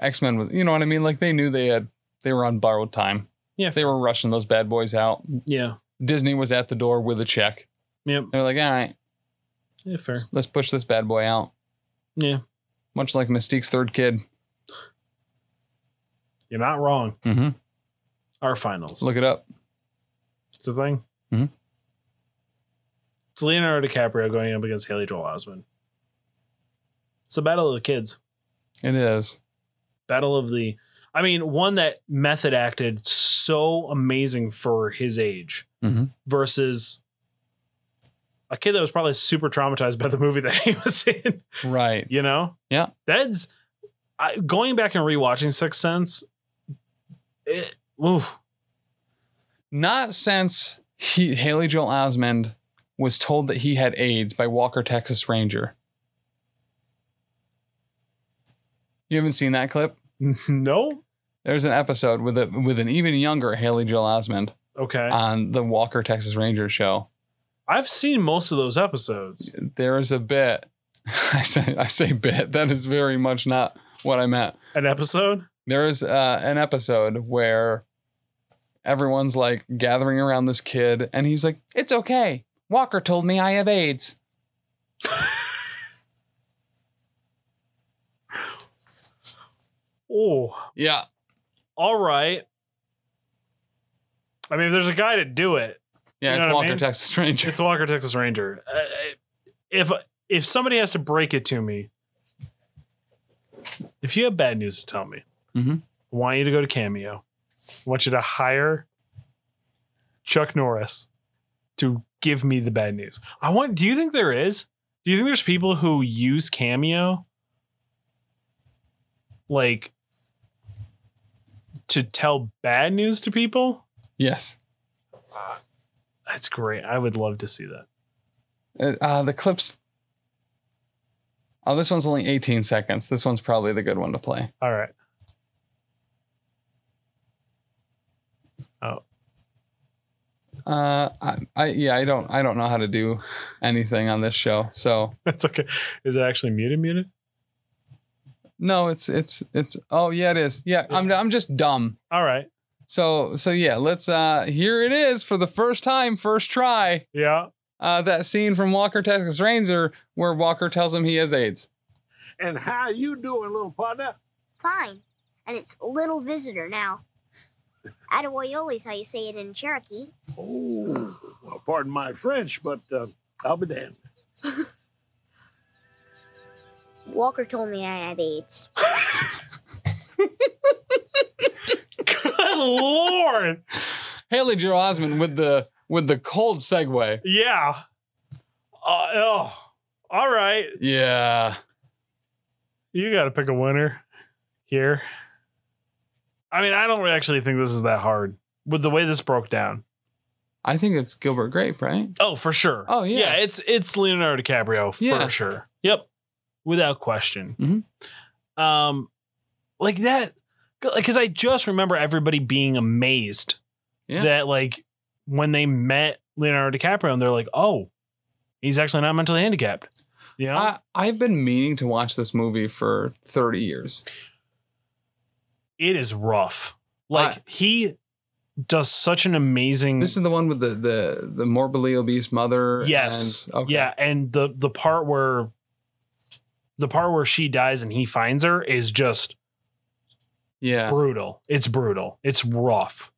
X Men was. You know what I mean? Like they knew they had. They were on borrowed time. Yeah. They were rushing those bad boys out. Yeah. Disney was at the door with a check. Yep. They were like, all right. Yeah, fair. Let's push this bad boy out. Yeah. Much like Mystique's third kid. You're not wrong. Mm-hmm. Our finals. Look it up. It's a thing. Mhm. It's Leonardo DiCaprio going up against Haley Joel Osment. It's the battle of the kids. It is. Battle of the, I mean, one that method acted so amazing for his age Mhm. versus a kid that was probably super traumatized by the movie that he was in. Right. You know? Yeah. That's I, going back and rewatching Sixth Sense. It, oof. Not since he, Haley Joel Osmond was told that he had AIDS by Walker, Texas Ranger. You haven't seen that clip? no. There's an episode with a with an even younger Haley Joel Osmond Okay. on the Walker Texas Ranger show. I've seen most of those episodes. There is a bit. I say, I say bit. That is very much not what I meant. An episode? There is uh, an episode where everyone's like gathering around this kid, and he's like, "It's okay. Walker told me I have AIDS." Oh, Yeah, all right. I mean, if there's a guy to do it, yeah. You know it's what I Walker mean? Texas Ranger. it's Walker Texas Ranger. Uh, if if somebody has to break it to me, if you have bad news to tell me, I Mhm. want you to go to Cameo. I want you to hire Chuck Norris to give me the bad news. I want. Do you think there is? Do you think there's people who use Cameo like to tell bad news to people? Yes. That's great. I would love to see that. Uh, uh, the clips. Oh, this one's only 18 seconds. This one's probably the good one to play. All right. Oh, Uh, I, I yeah, I don't, I don't know how to do anything on this show. So that's okay. Is it actually muted? Muted? no, it's, it's, it's. Oh yeah, it is. Yeah, I'm, I'm just dumb. All right. So, so yeah, let's. Uh, here it is for the first time, first try. Yeah. Uh, that scene from Walker Texas Ranger where Walker tells him he has AIDS. And how you doing, little partner? Fine. And it's little visitor now. Atawoyoli's how you say it in Cherokee. Oh, well, pardon my French, but uh, I'll be damned. Walker told me I have AIDS. Good lord. Haley Joe Osmond with the with the cold segue. Yeah. Uh, oh. All right. Yeah. You got to pick a winner here. I mean, I don't actually think this is that hard with the way this broke down. I think it's Gilbert Grape, right? Oh, for sure. Oh, yeah. Yeah, it's it's Leonardo DiCaprio for Yeah. sure. Yep. Without question. Mhm. Um like that cuz I just remember everybody being amazed Yeah. that like when they met Leonardo DiCaprio and they're like, "Oh, he's actually not mentally handicapped." You know? I, I've been meaning to watch this movie for 30 years. it is rough. Like I- he does such an amazing This is the one with the the, the morbidly obese mother. Yes. and- okay. Yeah, and the the part where the part where she dies and he finds her is just Yeah. brutal. It's brutal. It's rough.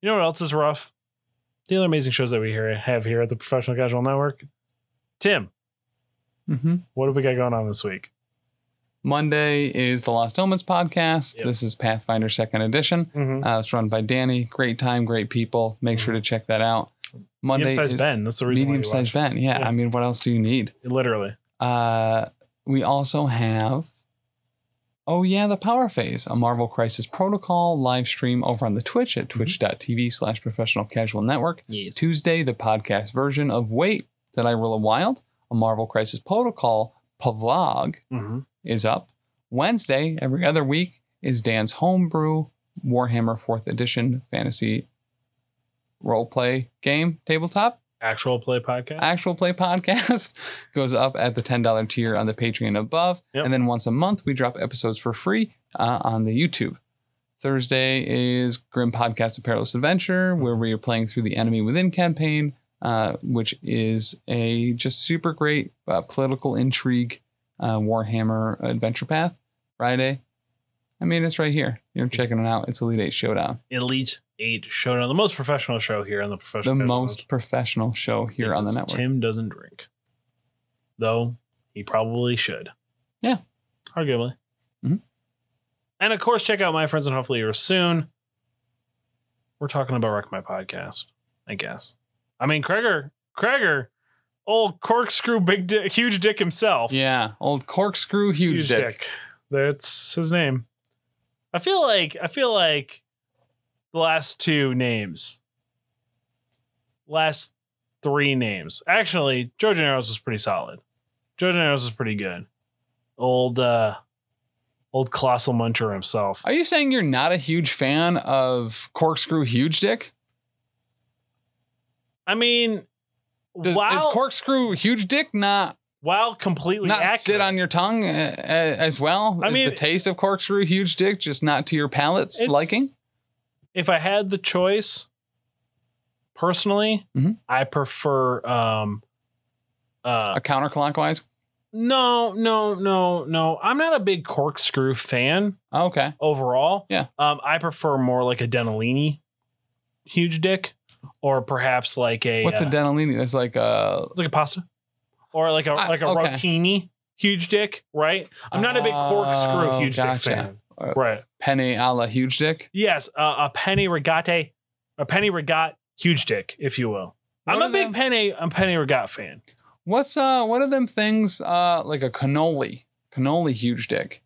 You know what else is rough? The other amazing shows that we here have here at the Professional Casual Network. Tim, hmm what have we got going on this week? Monday is the Lost Omens podcast. Yep. This is Pathfinder Second Edition. Mm-hmm. Uh, it's run by Danny. Great time, great people. Make sure to check that out. Monday Medium-sized is Ben. That's the reason. medium sized Ben. Yeah, Yeah. I mean, what else do you need? Ben. Literally. Uh, we also have. Oh yeah, the Power Phase, a Marvel Crisis Protocol live stream over on the Twitch Mm-hmm. at twitch.tv slash professional casual network. Yes. Tuesday, the podcast version of Wait That I Rule a Wild, a Marvel Crisis Protocol Pavlog Mm-hmm. is up. Wednesday, every other week, is Dan's Homebrew Warhammer 4th Edition Fantasy Roleplay Game Tabletop Actual play podcast. actual play podcast goes up at the $10 tier on the Patreon above. Yep. And then once a month, we drop episodes for free uh, on the YouTube. Thursday is Grim Podcast of Perilous Adventure, where we are playing through the Enemy Within campaign, uh, which is a just super great uh, political intrigue uh, Warhammer adventure path. Friday, I mean, it's right here. You're checking it out. It's Elite Eight Showdown, Elite Eight Showdown, the most professional show here on the the professional. Casual most professional show here on the Because network. Tim doesn't drink, though he probably should. Yeah. arguably. Mhm. And of course, check out my friends and hopefully yours soon. We're talking about Rock My Podcast, I guess. I mean, Kreger, Kreger, old corkscrew, big dick, huge dick himself. Yeah, old corkscrew, huge, dick. That's his name. I feel like I feel like the last two names, last three names. Actually, Joe Generos was pretty solid. Joe Generos was pretty good. Old uh old colossal muncher himself. Are you saying you're not a huge fan of Corkscrew Huge Dick? I mean, Does, Is while corkscrew huge dick not while completely not accurate, sit on your tongue uh, uh, as well? I is mean- the taste of corkscrew huge dick just not to your palate's It's- liking? If I had the choice, personally, Mhm. I prefer um uh A counterclockwise. no, no, no, no. I'm not a big corkscrew fan Oh, Okay. overall. Yeah. Um I prefer more like a Denolini huge dick or perhaps like a What's uh, a denolini? It's like uh, a like a pasta or like a Ah, like a okay. rotini huge dick, right? I'm not a big corkscrew Oh, huge gotcha. dick fan. Uh, right. penny a la huge dick. Yes, uh, a penny regate, a penny regat, huge dick, if you will. What I'm are a big them- penny, I'm penny regat fan. What's uh? What are them things? Uh, like a cannoli, cannoli huge dick.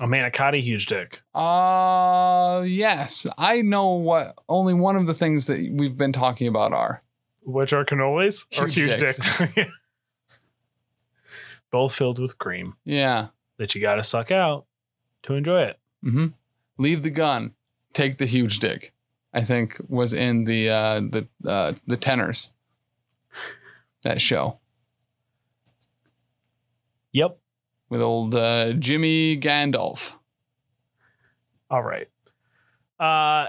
A manicotti, huge dick. Uh, yes, I know what only one of the things that we've been talking about are. Which are cannolis or Huge huge dicks. dicks. Both filled with cream Yeah. that you got to suck out to enjoy it. Mm-hmm. Leave the gun, take the huge dick. I think was in the uh the uh the tenors. That show Yep. with old uh, Jimmy Gandolf. All right. Uh,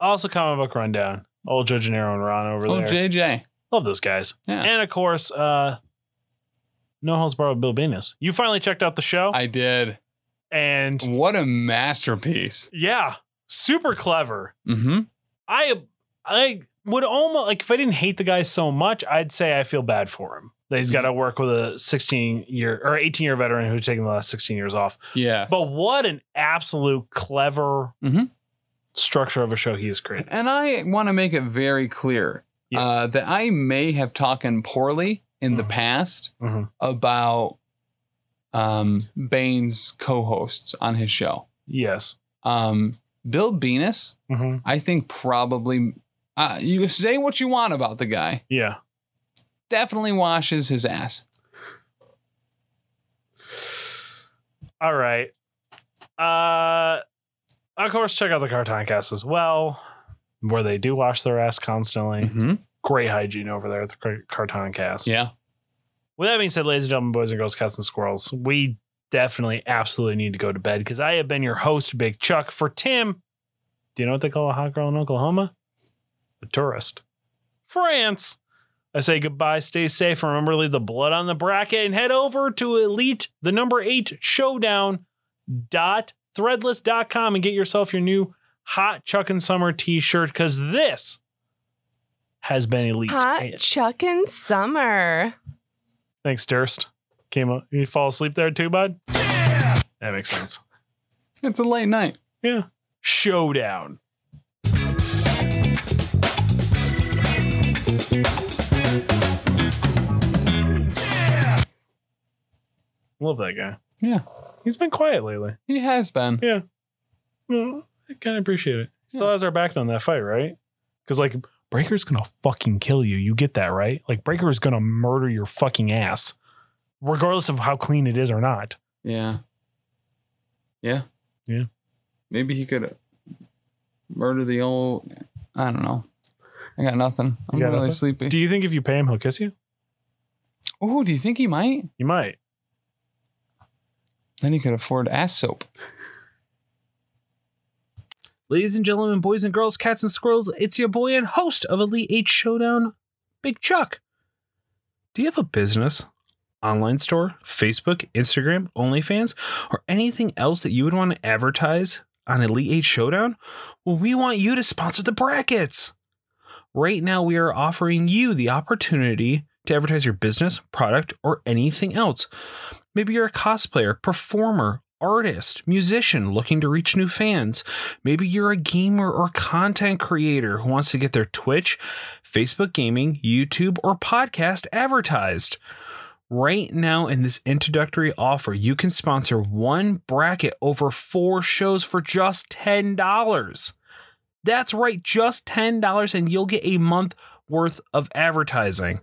also, comic book rundown. Old Joe Gennaro and Ron over Oh, there. JJ. Love those guys. Yeah. And of course, uh, No Holds Barred with Bill Venus. You finally checked out the show, I did. and What a masterpiece. Yeah, super clever. Mm-hmm. I I would almost like if I didn't hate the guy so much, I'd say I feel bad for him that he's got to work with a 16 year or 18 year veteran who's taken the last 16 years off. Yeah. But what an absolute clever Mhm. structure of a show he has created. And I want to make it very clear Yeah. uh, that I may have talked poorly in the Mhm. past Mhm. about um, Bane's co hosts on his show. Yes. Um, Bill Venus, hmm I think probably, uh, you can say what you want about the guy, Yeah. definitely washes his ass. All right. Uh, of course, check out the Cartoon Cast as well, where they do wash their ass constantly. Mm-hmm. Great hygiene over there at the Cartoon Cast. Yeah. With that being said, ladies and gentlemen, boys and girls, cats and squirrels, we definitely absolutely need to go to bed because I have been your host, Big Chuck. For Tim, do you know what they call a hot girl in Oklahoma? A tourist. France. I say goodbye, stay safe, and remember to leave the blood on the bracket and head over to Elite, the number eight showdown dot threadless.com and get yourself your new hot Chuck and Summer t-shirt because this has been Elite. Hot Chuck and Summer. Thanks, Durst. Came up. You fall asleep there too, bud? That makes sense. It's a late night. Yeah. Showdown. Love that guy. Yeah. He's been quiet lately. He has been. Well, I kind of appreciate it. Still has our back on that fight, right? Because, like, Breaker's going to fucking kill you. You get that, right? Like, Breaker is going to murder your fucking ass, regardless of how clean it is or not. Yeah. Yeah. Yeah. Maybe he could murder the old. I don't know. I got nothing. I'm got really nothing? sleepy. Do you think if you pay him, he'll kiss you? oh, do you think he might? You might. Then he could afford ass soap. Ladies and gentlemen, boys and girls, cats and squirrels, it's your boy and host of Elite Eight Showdown, Big Chuck. Do you have a business, online store, Facebook, Instagram, OnlyFans, or anything else that you would want to advertise on Elite Eight Showdown? Well, we want you to sponsor the brackets. Right now, we are offering you the opportunity to advertise your business, product, or anything else. Maybe you're a cosplayer, performer, artist, musician looking to reach new fans. Maybe you're a gamer or content creator who wants to get their Twitch, Facebook gaming, YouTube, or podcast advertised. Right now, in this introductory offer, you can sponsor one bracket over four shows for just $10. That's right, just $10, and you'll get a month worth of advertising.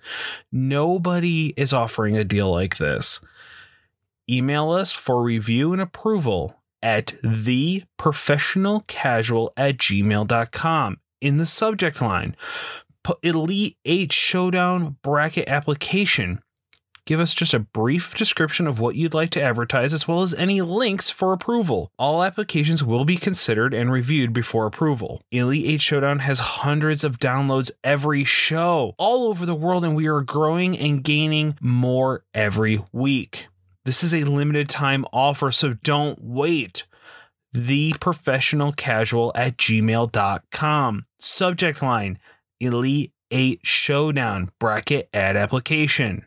Nobody is offering a deal like this email us for review and approval at theprofessionalcasual at gmail.com in the subject line. P- Elite Eight Showdown bracket application. Give us just a brief description of what you'd like to advertise, as well as any links for approval. All applications will be considered and reviewed before approval. Elite 8 Showdown has hundreds of downloads every show all over the world, and we are growing and gaining more every week. This is a limited time offer, so don't wait. TheProfessionalCasual at gmail.com. Subject line Elite 8 Showdown bracket ad application.